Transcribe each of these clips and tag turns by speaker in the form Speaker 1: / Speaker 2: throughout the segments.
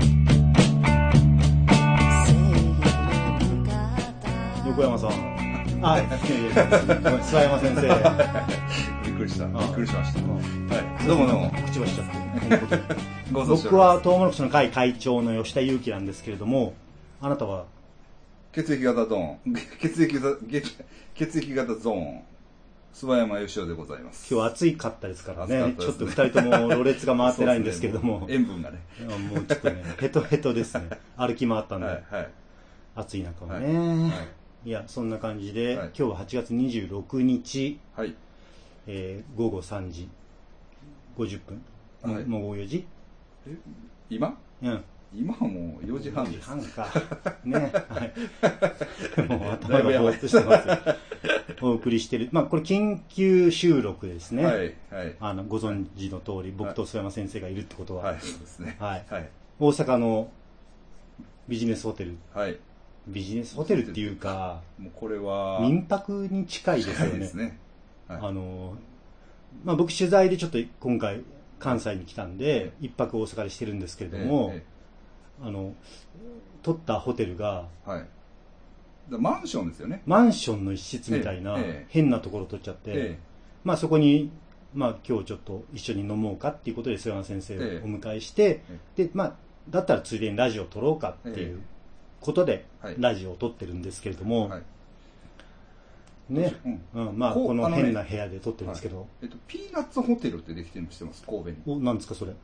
Speaker 1: は い。諏山先
Speaker 2: 生。びっくりした。びっくりしました。はい。どうもどうも。
Speaker 1: 口をしちゃって。僕はトウモロコシの会会長の吉田裕樹なんですけれども、あなたは、
Speaker 2: 血液型ゾーン。血液型、血液型ゾーン。諏山義雄でございます。
Speaker 1: 今日暑いかったですから
Speaker 2: 暑かっ
Speaker 1: ね、
Speaker 2: た
Speaker 1: ち
Speaker 2: で
Speaker 1: ょっ
Speaker 2: す
Speaker 1: と
Speaker 2: ね
Speaker 1: 二人ともろれつが回ってないんですけれども
Speaker 2: そう、ですねう塩分がね。
Speaker 1: いやもうちょっ とね、ヘトヘトですね。歩き回ったんで、
Speaker 2: はいはい。
Speaker 1: 暑い中は
Speaker 2: はい
Speaker 1: ね。い
Speaker 2: はい
Speaker 1: や、そんな感じで、
Speaker 2: はい
Speaker 1: 今日は8月26日、
Speaker 2: はい。
Speaker 1: えー午後3時50分、もう
Speaker 2: はい
Speaker 1: もう4時
Speaker 2: 今
Speaker 1: うん。
Speaker 2: 今はもう4時半です。
Speaker 1: 4時半か。ね。はい。もう
Speaker 2: だ
Speaker 1: 頭
Speaker 2: いぶ
Speaker 1: が
Speaker 2: や
Speaker 1: ぼ
Speaker 2: ば
Speaker 1: ー
Speaker 2: い
Speaker 1: っとしてますよ。お送りしてる。まあ、これ緊急収録ですね。
Speaker 2: はいはい。
Speaker 1: あの、ご存知の通り、僕と須山先生がいるってことは、
Speaker 2: はい、そうですね。
Speaker 1: はい
Speaker 2: はい。
Speaker 1: 大阪のビジネスホテル、
Speaker 2: はい。
Speaker 1: ビジネスホテルっていうか、
Speaker 2: もうこれは、
Speaker 1: 民泊に近いです
Speaker 2: 近
Speaker 1: よ
Speaker 2: いで
Speaker 1: ね
Speaker 2: す。ね。はい
Speaker 1: あの、まあ、僕取材でちょっと今回関西に来たんで、一泊大阪でしてるんですけれども、
Speaker 2: え
Speaker 1: あの、取ったホテルが、
Speaker 2: えはい。だマンションですよね。
Speaker 1: マンションの一室みたいな
Speaker 2: ええええ
Speaker 1: 変なところ取っちゃって、
Speaker 2: え
Speaker 1: まあそこに、まあ今日ちょっと一緒に飲もうかっていうことで、菅原先生をお
Speaker 2: ええ
Speaker 1: 迎えして、
Speaker 2: え
Speaker 1: で、まあ、だったらついでにラジオを撮ろうかっていう
Speaker 2: え
Speaker 1: ことで
Speaker 2: はい、
Speaker 1: ラジオを撮ってるんですけれども、
Speaker 2: えはい。
Speaker 1: ね、
Speaker 2: うん。
Speaker 1: うん、まあ
Speaker 2: こう
Speaker 1: この
Speaker 2: あのね
Speaker 1: 変な部屋で撮ってるんですけど、
Speaker 2: えっと、ピーナッツホテルってできてるの知ってます神戸に。
Speaker 1: お、なんですかそれ。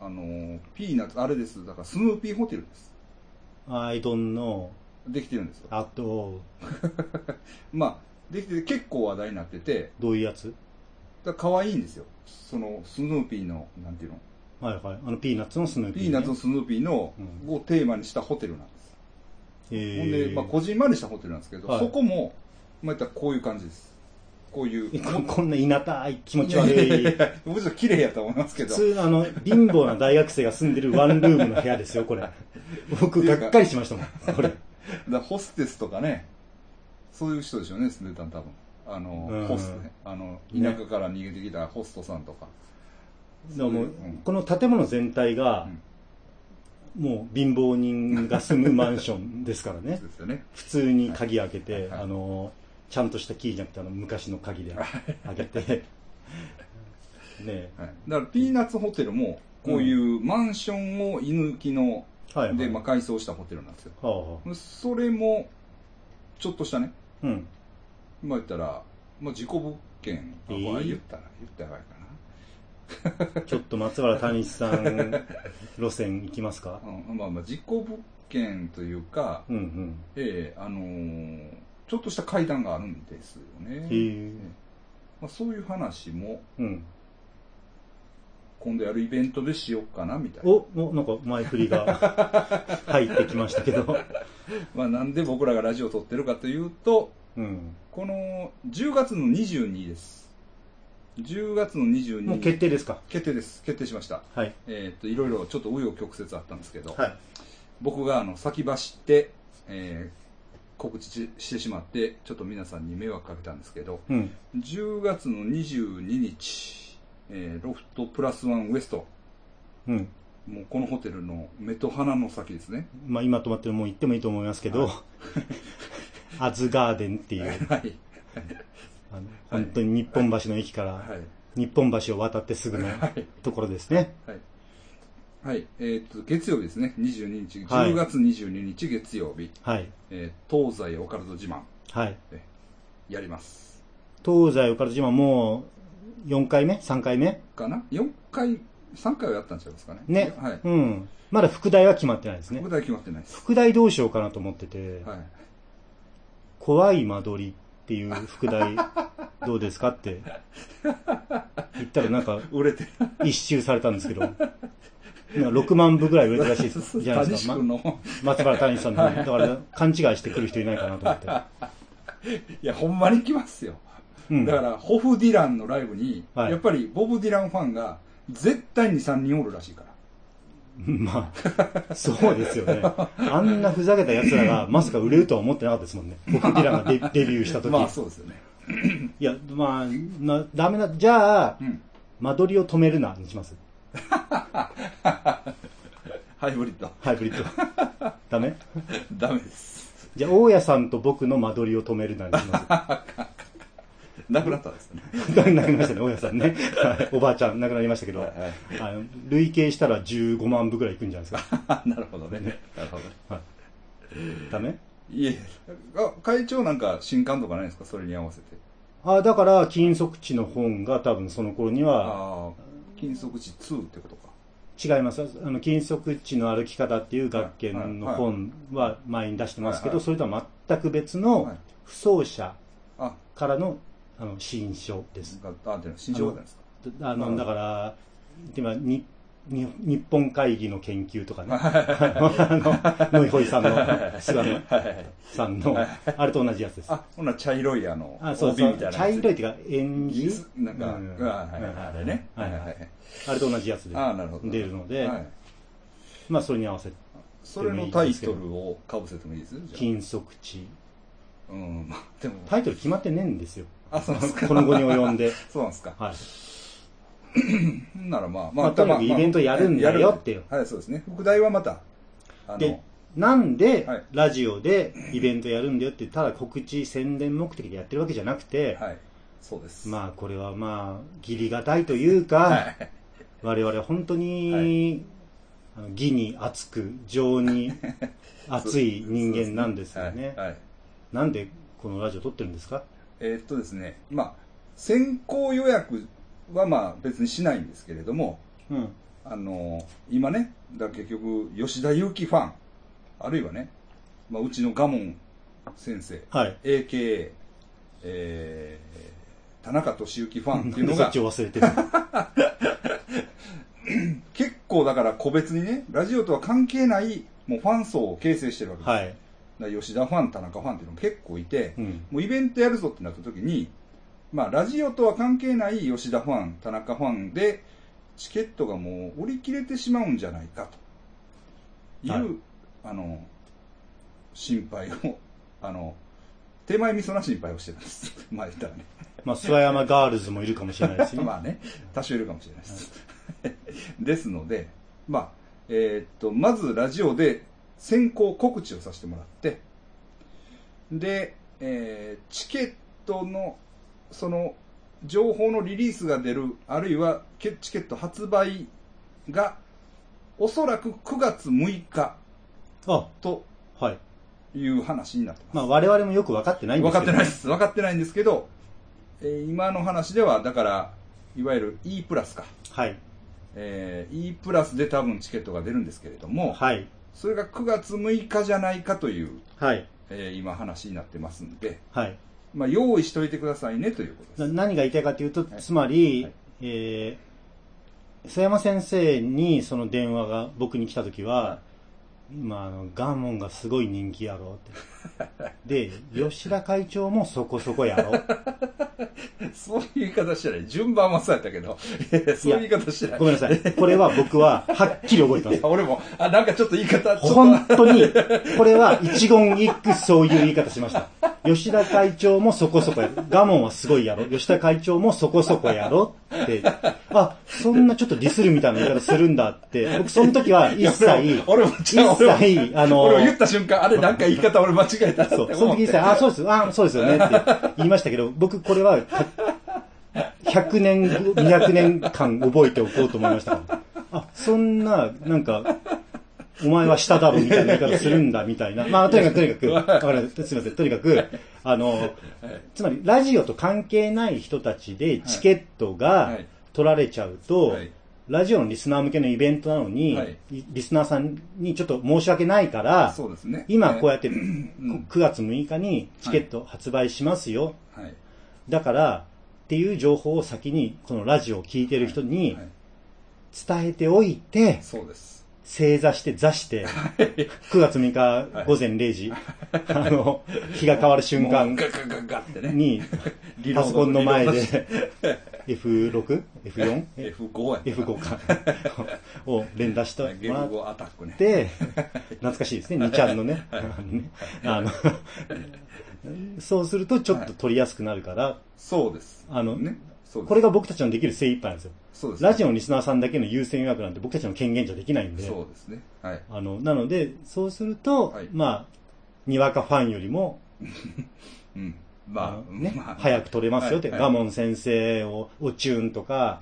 Speaker 2: あのー、ピーナッツ、あれです。だから、スヌーピーホテルです。
Speaker 1: I don't know
Speaker 2: できてるんですよ。
Speaker 1: at all
Speaker 2: まあ、できてて結構話題になってて、
Speaker 1: どういうやつ
Speaker 2: だから可愛いんですよ。その、スヌーピーの、なんていうの
Speaker 1: はいはい。あの、ピーナッツのスヌーピー、ね。
Speaker 2: ピーナッツのスヌーピーの、
Speaker 1: うん
Speaker 2: をテーマにしたホテルなんです。
Speaker 1: えー
Speaker 2: ほんで、まあ、こじんまりしたホテルなんですけど、
Speaker 1: はい
Speaker 2: そこも、まあ、言ったらこういう感じです。こういう。
Speaker 1: え こ
Speaker 2: も
Speaker 1: こんないなたい気持ち悪い。
Speaker 2: やもちろん綺麗やと思いますけ
Speaker 1: 普
Speaker 2: ど。
Speaker 1: 通、あの、貧乏な大学生が住んでるワンルームの部屋ですよ、これ。僕、がっかりしましたもん、これ。
Speaker 2: だホステスとかね、そういう人でしょうね、住んでたの多分。あの、
Speaker 1: うん
Speaker 2: ホストね。あの、田
Speaker 1: ね
Speaker 2: 舎から逃げてきたホストさんとか。
Speaker 1: でももう、
Speaker 2: うん
Speaker 1: この建物全体が、もう貧乏人が住むマンションですからね
Speaker 2: そ。うですよね。
Speaker 1: 普通に鍵開けて、
Speaker 2: はいはい
Speaker 1: あの、ちゃんとしたキーじゃなくて、あの、昔の鍵で開けて。ねえ
Speaker 2: はい。だから、ピーナッツホテルも、こういうマンションを居抜きの、
Speaker 1: はい、はい。
Speaker 2: で、まあ、改装したホテルなんですよ。
Speaker 1: はあはあ
Speaker 2: それも、ちょっとしたね、
Speaker 1: うん。
Speaker 2: 今言ったら、まあ、事故物件、あ
Speaker 1: えー
Speaker 2: これ言ったら、言ったらやばい
Speaker 1: ちょっと松原谷さん路線行きますか
Speaker 2: かな。うん、まあまあ、事故物件というか、
Speaker 1: うんうん。
Speaker 2: ええあのーちょっとした階段があるんですよ
Speaker 1: へ
Speaker 2: ね。
Speaker 1: え
Speaker 2: まあ、そういう話も、
Speaker 1: うん。
Speaker 2: 今度やるイベントでしようかな、みたいな。
Speaker 1: お、お、なんか前振りが入ってきましたけ ど。
Speaker 2: まあ、なんで僕らがラジオを撮ってるかというと、
Speaker 1: うん。
Speaker 2: この10月の22です。10月の22
Speaker 1: もう決定ですか
Speaker 2: 決定です。決定しました。
Speaker 1: はい。
Speaker 2: えーっと、いろいろちょっと紆余曲折あったんですけど、
Speaker 1: はい。
Speaker 2: 僕があの先走って、えー告知ししてしまって、ちょっと皆さんに迷惑かけたんですけど、
Speaker 1: うん。
Speaker 2: 10月の22日、えーロフトプラスワンウエスト、
Speaker 1: うん。
Speaker 2: もうこのホテルの目と鼻の先ですね。
Speaker 1: まあ今泊まってるもう行ってもいいと思いますけど、 アズガーデンっていう、
Speaker 2: はい。
Speaker 1: あの本当に日本橋の駅から、
Speaker 2: はい。
Speaker 1: 日本橋を渡ってすぐの
Speaker 2: はい。
Speaker 1: ところですね。
Speaker 2: はい。はい。えーっと、月曜日ですね。22日、
Speaker 1: はい
Speaker 2: 10月22日月曜日、
Speaker 1: はい。
Speaker 2: えー東西オカルト自慢、
Speaker 1: はい。
Speaker 2: やります。
Speaker 1: 東西オカルト島もう4回目 ?3 回目
Speaker 2: かな ?4 回、3回はやったんちゃいますかね。
Speaker 1: ね
Speaker 2: はい。
Speaker 1: うん。まだ副題は決まってないですね
Speaker 2: 僕。だけ決まってないです。
Speaker 1: 副題どうしようかなと思ってて、
Speaker 2: はい。
Speaker 1: 怖い間取りっていう副 題どうですかって言ったらなんか
Speaker 2: 売れてる。
Speaker 1: 一周されたんですけど、なんか6万部ぐらい売れたらしいですじゃないで
Speaker 2: 谷
Speaker 1: す
Speaker 2: 志
Speaker 1: か。
Speaker 2: く
Speaker 1: ま
Speaker 2: んの、
Speaker 1: 松原谷さんの、だから勘違いしてくる人いないかなと思 って。
Speaker 2: いや、ほんまに来ますよ。
Speaker 1: うん。
Speaker 2: だから、ホフ・ディランのライブに、
Speaker 1: はい
Speaker 2: やっぱりボブ・ディランファンが絶対に3人おるらしいから。
Speaker 1: まあ、そうですよね。あんなふざけた奴らがまさか売れるとは思ってなかったですもんね。僕らが デデビューした時。
Speaker 2: まあ、そうですよね。
Speaker 1: いや、まあ、な、ダメな、じゃあ
Speaker 2: う、ん。
Speaker 1: 間取りを止めるな、にします。
Speaker 2: ハイブリッド。
Speaker 1: ハイブリッド。ダメ
Speaker 2: ダメです。
Speaker 1: じゃあ、大家さんと僕の間取りを止めるなんてしま
Speaker 2: なくなったんですね。
Speaker 1: す。 亡くなりましたね、大家さんね。はいおばあちゃん亡くなりましたけど、あの累計したら15万部ぐらいいくんじゃないですか。
Speaker 2: なるほどね。なるほどね。
Speaker 1: ダメ
Speaker 2: いえ、あ会長なんか新刊とかないですかそれに合わせて。
Speaker 1: あだから、金足地の本が多分その頃には
Speaker 2: ああ、金足地2ってことか。
Speaker 1: 違います。あの、金足地の歩き方っていう学研の本は前に出してますけ
Speaker 2: は
Speaker 1: ど、
Speaker 2: い
Speaker 1: それとは全く別
Speaker 2: は
Speaker 1: の
Speaker 2: い
Speaker 1: 不走者
Speaker 2: あ、
Speaker 1: からのあの新書です。
Speaker 2: があ、でも新商品ですか。
Speaker 1: あ
Speaker 2: う
Speaker 1: の、
Speaker 2: ん
Speaker 1: だから、今、に、に日本会議の研究と かね、
Speaker 2: はいはいはい
Speaker 1: あの、ノイホイさんの、菅野
Speaker 2: はいはい
Speaker 1: さんの、あれと同じやつです。
Speaker 2: あ、ほんなら茶色いあの、
Speaker 1: あ、そう
Speaker 2: 帯
Speaker 1: そ
Speaker 2: み
Speaker 1: う
Speaker 2: たいなや。つ。
Speaker 1: 茶色いっていうか、演
Speaker 2: ギ
Speaker 1: じ
Speaker 2: スなんか、
Speaker 1: うん
Speaker 2: うわはいはいはいあれね。
Speaker 1: は
Speaker 2: はいい
Speaker 1: はい
Speaker 2: はいはい。
Speaker 1: あれと同じやつで
Speaker 2: ああ、なるほど。
Speaker 1: 出るので、
Speaker 2: はい
Speaker 1: まあ、それに合わせて、
Speaker 2: それのタイトルをかぶせてもいいですじゃ
Speaker 1: 金足地。
Speaker 2: あうん、まあ、でも、
Speaker 1: タイトル決まってねえんですよ。
Speaker 2: あ、 そうなんですか。
Speaker 1: この後に及んで。
Speaker 2: そうなんですか。
Speaker 1: はい。
Speaker 2: ならまあ、
Speaker 1: まあとにかくイベントやるんだよっていう
Speaker 2: はい、そうですね。副題はまた、あ
Speaker 1: で
Speaker 2: の、、
Speaker 1: なんで
Speaker 2: はい、
Speaker 1: ラジオでイベントやるんだよって、ただ告知、宣伝目的でやってるわけじゃなくて、
Speaker 2: はい、そうです。
Speaker 1: まあ、これはまあ、義理がたいというか、
Speaker 2: はい。
Speaker 1: 我々本当
Speaker 2: は
Speaker 1: に、あの義に熱く、情に熱い人間なんですよね
Speaker 2: はい。はい。
Speaker 1: なんで、このラジオ撮ってるんですか
Speaker 2: えーっとですね、まあ、先行予約はまあ別にしないんですけれども、
Speaker 1: うん。
Speaker 2: あの今ね、だから結局、吉田裕樹ファン、あるいはね、まあ、うちのガモン先生、
Speaker 1: はい。
Speaker 2: AKA、えー田中俊之ファンって
Speaker 1: ない
Speaker 2: うんの
Speaker 1: でそっ
Speaker 2: が
Speaker 1: ち、を忘れてる
Speaker 2: 結構だから個別にね、ラジオとは関係ない、もうファン層を形成してるわけです。
Speaker 1: はい。
Speaker 2: だから吉田ファン、田中ファンっていうのも結構いて、
Speaker 1: うん。
Speaker 2: もうイベントやるぞってなった時に、まあ、ラジオとは関係ない吉田ファン、田中ファンで、チケットがもう売り切れてしまうんじゃないかという、
Speaker 1: はい
Speaker 2: あの、心配を、あの、手前味噌な心配をしてたんです。 まあ言ったらね。
Speaker 1: まあ、諏訪山ガールズもいるかもしれないですね。
Speaker 2: まあね、多少いるかもしれないです。 ですので、まあ、えーっと、まずラジオで先行告知をさせてもらって、で、えーチケットの、その、情報のリリースが出る、あるいはけチケット発売が、おそらく9月6日
Speaker 1: あ、
Speaker 2: と
Speaker 1: はい。
Speaker 2: いう話になってます。
Speaker 1: まあ、我々もよく分かってないんで
Speaker 2: 分
Speaker 1: すけ
Speaker 2: か
Speaker 1: ど。
Speaker 2: ってないです。分かってないんですけど、えー今の話では、だから、いわゆる E プラスか。
Speaker 1: はい。
Speaker 2: えー E プラスで多分チケットが出るんですけれども、
Speaker 1: はい。
Speaker 2: それが9月6日じゃないかという、
Speaker 1: はい。
Speaker 2: えー今話になってますんで、
Speaker 1: はい。
Speaker 2: まあ、用意しといてくださいねということ
Speaker 1: な
Speaker 2: です。
Speaker 1: 何が言いたいかというと、
Speaker 2: はい
Speaker 1: つまり、
Speaker 2: はい
Speaker 1: えー、曽山先生にその電話が僕に来た時は、
Speaker 2: は
Speaker 1: 今あの、ガーモンがすごい人気やろ って。で、吉田会長もそこそこやろ。
Speaker 2: そういう言い方してない。順番はそうやったけど、 そういう言い方してない。
Speaker 1: ごめんなさい。これは僕ははっきり覚えてま
Speaker 2: い
Speaker 1: す
Speaker 2: や。俺も、あ、なんかちょっと言い方、ちょっと、
Speaker 1: 本当に、これは一言一句そういう言い方しました。吉田会長もそこそこやろ。ガモンはすごいやろ。吉田会長もそこそこやろって。あ、そんなちょっとディスるみたいな言い方するんだって。僕その時は一切、
Speaker 2: 俺も、
Speaker 1: 一
Speaker 2: 俺も、俺も
Speaker 1: 切、あの、
Speaker 2: 俺も言った瞬間、あれなんか言い方俺間違えたなって
Speaker 1: そ
Speaker 2: 思っ
Speaker 1: う、
Speaker 2: て。
Speaker 1: その時一切、あ、そうです、あ、そうですよねって言いましたけど、僕これは、た100年、200年間覚えておこうと思いましたから。あ、そんな、なんか、お前は下だろみたいな言い方するんだみたいな。まあ、とにかく、とにかく、わかりましたすみません、とにかく、あの、つまり、ラジオと関係ない人たちでチケット
Speaker 2: は
Speaker 1: が
Speaker 2: い
Speaker 1: 取られちゃうと、
Speaker 2: はい
Speaker 1: ラジオのリスナー向けのイベントなのに、
Speaker 2: はい
Speaker 1: リリスナーさんにちょっと申し訳ないから、
Speaker 2: そうですね。
Speaker 1: 今こうやって
Speaker 2: ん
Speaker 1: 9月6日にチケット発売しますよ、
Speaker 2: はい。はい。
Speaker 1: だからっていう情報を先にこのラジオを聞いてる人に
Speaker 2: はい
Speaker 1: 伝えておいて、
Speaker 2: そうです。
Speaker 1: 正座して座して、9月6日午前0時、あの、日が変わる瞬
Speaker 2: もう
Speaker 1: 間
Speaker 2: ガッガッガッガッってね。
Speaker 1: に
Speaker 2: リ、ロード
Speaker 1: パソコンの前
Speaker 2: リロード
Speaker 1: で F6?F4?
Speaker 2: F5 やったかな
Speaker 1: F5 か。を連打して
Speaker 2: ゲ
Speaker 1: もら
Speaker 2: ー
Speaker 1: っ
Speaker 2: ム後アタックね。
Speaker 1: で、懐かしいですね、2ちゃん のね。 あの、そうするとちょっと取りやすくなるから、
Speaker 2: そうです。
Speaker 1: あの
Speaker 2: ね。そうです。
Speaker 1: これが僕たちのできる精一杯なんですよ。
Speaker 2: そうです。
Speaker 1: ラジオのリスナーさんだけの優先予約なんて僕たちの権限じゃできないんで、
Speaker 2: そうですね。はい。
Speaker 1: あの、なので、そうすると
Speaker 2: はい、
Speaker 1: まあ、にわかファンよりも、
Speaker 2: うん。ま
Speaker 1: あ
Speaker 2: あ、
Speaker 1: のね
Speaker 2: まあ、
Speaker 1: 早く取れますよって、
Speaker 2: はい
Speaker 1: ガモン先生を、をチューンと か、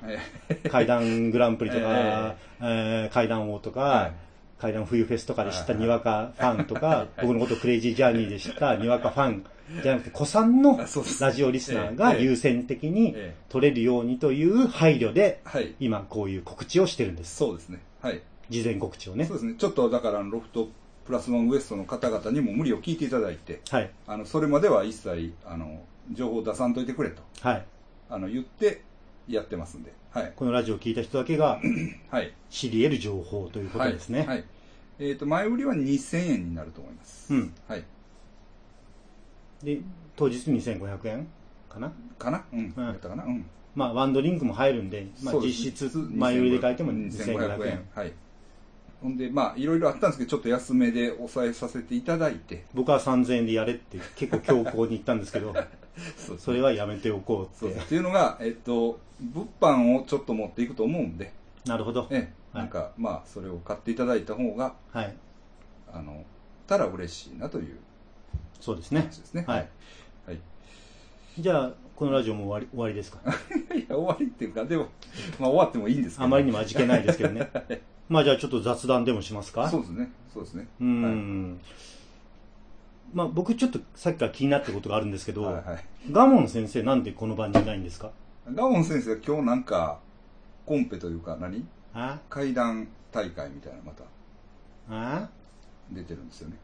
Speaker 2: え
Speaker 1: 階段グランプリとか
Speaker 2: え、
Speaker 1: えー階段王とか、
Speaker 2: はい
Speaker 1: 階段冬フェスとかで知った
Speaker 2: はい
Speaker 1: にわかファンとか、僕のことクレイジージャーニーで知ったにわかファンじゃなくて、子さんの
Speaker 2: あ そうです
Speaker 1: ラジオリスナーが
Speaker 2: ええ
Speaker 1: 優先的に
Speaker 2: え
Speaker 1: 取れるようにという配慮で、
Speaker 2: えはい。
Speaker 1: 今こういう告知をしてるんです。
Speaker 2: そうですね。はい。
Speaker 1: 事前告知をね
Speaker 2: そう。ですね。ちょっとだから、ロフトプラスワンウエストの方々にも無理を聞いていただいて、
Speaker 1: はい。
Speaker 2: あの、それまでは一切、あの、情報を出さんといてくれと、
Speaker 1: はい。
Speaker 2: あの、言ってやってますんで、はい。
Speaker 1: このラジオを聞いた人だけ が
Speaker 2: はい。
Speaker 1: 知り得る情報ということですね。
Speaker 2: はい。はいえっ、と、前売りは2000円になると思います。
Speaker 1: うん。
Speaker 2: はい。
Speaker 1: で、当日2500円かな。
Speaker 2: かなうん。
Speaker 1: うん
Speaker 2: やったかなうん。
Speaker 1: まあ、ワンドリンクも入るんで、まあ、
Speaker 2: そう
Speaker 1: 実
Speaker 2: です
Speaker 1: 質、前売りで書いても2500円。。
Speaker 2: はい。ほんで、まあ、いろいろあったんですけど、ちょっと安めで抑えさせていただいて、
Speaker 1: 僕は3000円でやれって結構強硬に言ったんですけど、
Speaker 2: そう
Speaker 1: それはやめておこう
Speaker 2: そう
Speaker 1: っ
Speaker 2: で
Speaker 1: て
Speaker 2: す。っていうのが、えっと、物販をちょっと持っていくと思うんで、
Speaker 1: なるほど。
Speaker 2: ええ、
Speaker 1: はい
Speaker 2: なんか、まあ、それを買っていただいた方が、
Speaker 1: はい。
Speaker 2: あの、たら嬉しいなという
Speaker 1: そうですね
Speaker 2: 話。ですね。
Speaker 1: はい。
Speaker 2: はい。
Speaker 1: じゃあ、このラジオも終わり、終わりです か。
Speaker 2: いや、終わりっていうか、でも、まあ、終わってもいいんですけど、
Speaker 1: あまりにも味気ないですけど ね。まあ、じゃあちょっと雑談でもしますか。
Speaker 2: そうですね。そうですね。
Speaker 1: うーん。まあ、僕ちょっとさっきから気になってることがあるんですけど、
Speaker 2: はいはい。
Speaker 1: ガモン先生なんでこの場にいないんですか
Speaker 2: ガモン先生、今日なんか、コンペというか何、
Speaker 1: あ
Speaker 2: 階段大会みたいなのまた
Speaker 1: あ
Speaker 2: 出てるんですよね。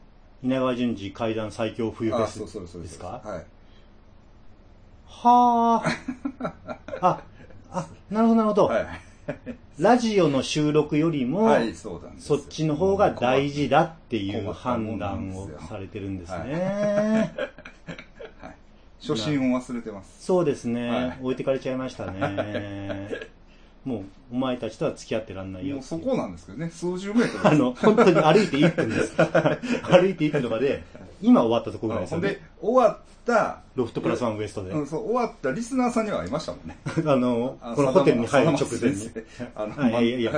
Speaker 1: 稲川淳二階段最強冬フ
Speaker 2: あ、
Speaker 1: ェ
Speaker 2: そう
Speaker 1: ス
Speaker 2: そうそう。
Speaker 1: ですか
Speaker 2: はい。
Speaker 1: はあ。あ、あ、なるほどなるほど。
Speaker 2: はい。
Speaker 1: ラジオの収録よりも、
Speaker 2: はい、そうなんです
Speaker 1: そ
Speaker 2: よ
Speaker 1: っちの方が大事だっていう
Speaker 2: 困ったも
Speaker 1: 判
Speaker 2: んな
Speaker 1: 断
Speaker 2: んですよ
Speaker 1: をされてるんですね。
Speaker 2: 初心を忘れてます。
Speaker 1: そうですね、
Speaker 2: はい
Speaker 1: 置いてかれちゃいました ね。もう、お前たちとは付き合ってらんないよっ
Speaker 2: もう
Speaker 1: てい
Speaker 2: そうこなんですけどね、数十メートル
Speaker 1: あの、本当に歩いて1分です。歩いて1分とかで、今終わったところなんです
Speaker 2: ほ
Speaker 1: よ
Speaker 2: ん
Speaker 1: ね
Speaker 2: で。、終わった、
Speaker 1: ロフトプラスワンウエストで。
Speaker 2: うん、そう、終わったリスナーさんには会いましたもんね。
Speaker 1: あの、
Speaker 2: あ
Speaker 1: このホテルに入る直
Speaker 2: 貞
Speaker 1: 前
Speaker 2: 松
Speaker 1: に
Speaker 2: 先。生あの、
Speaker 1: あい
Speaker 2: ま
Speaker 1: やいやいや、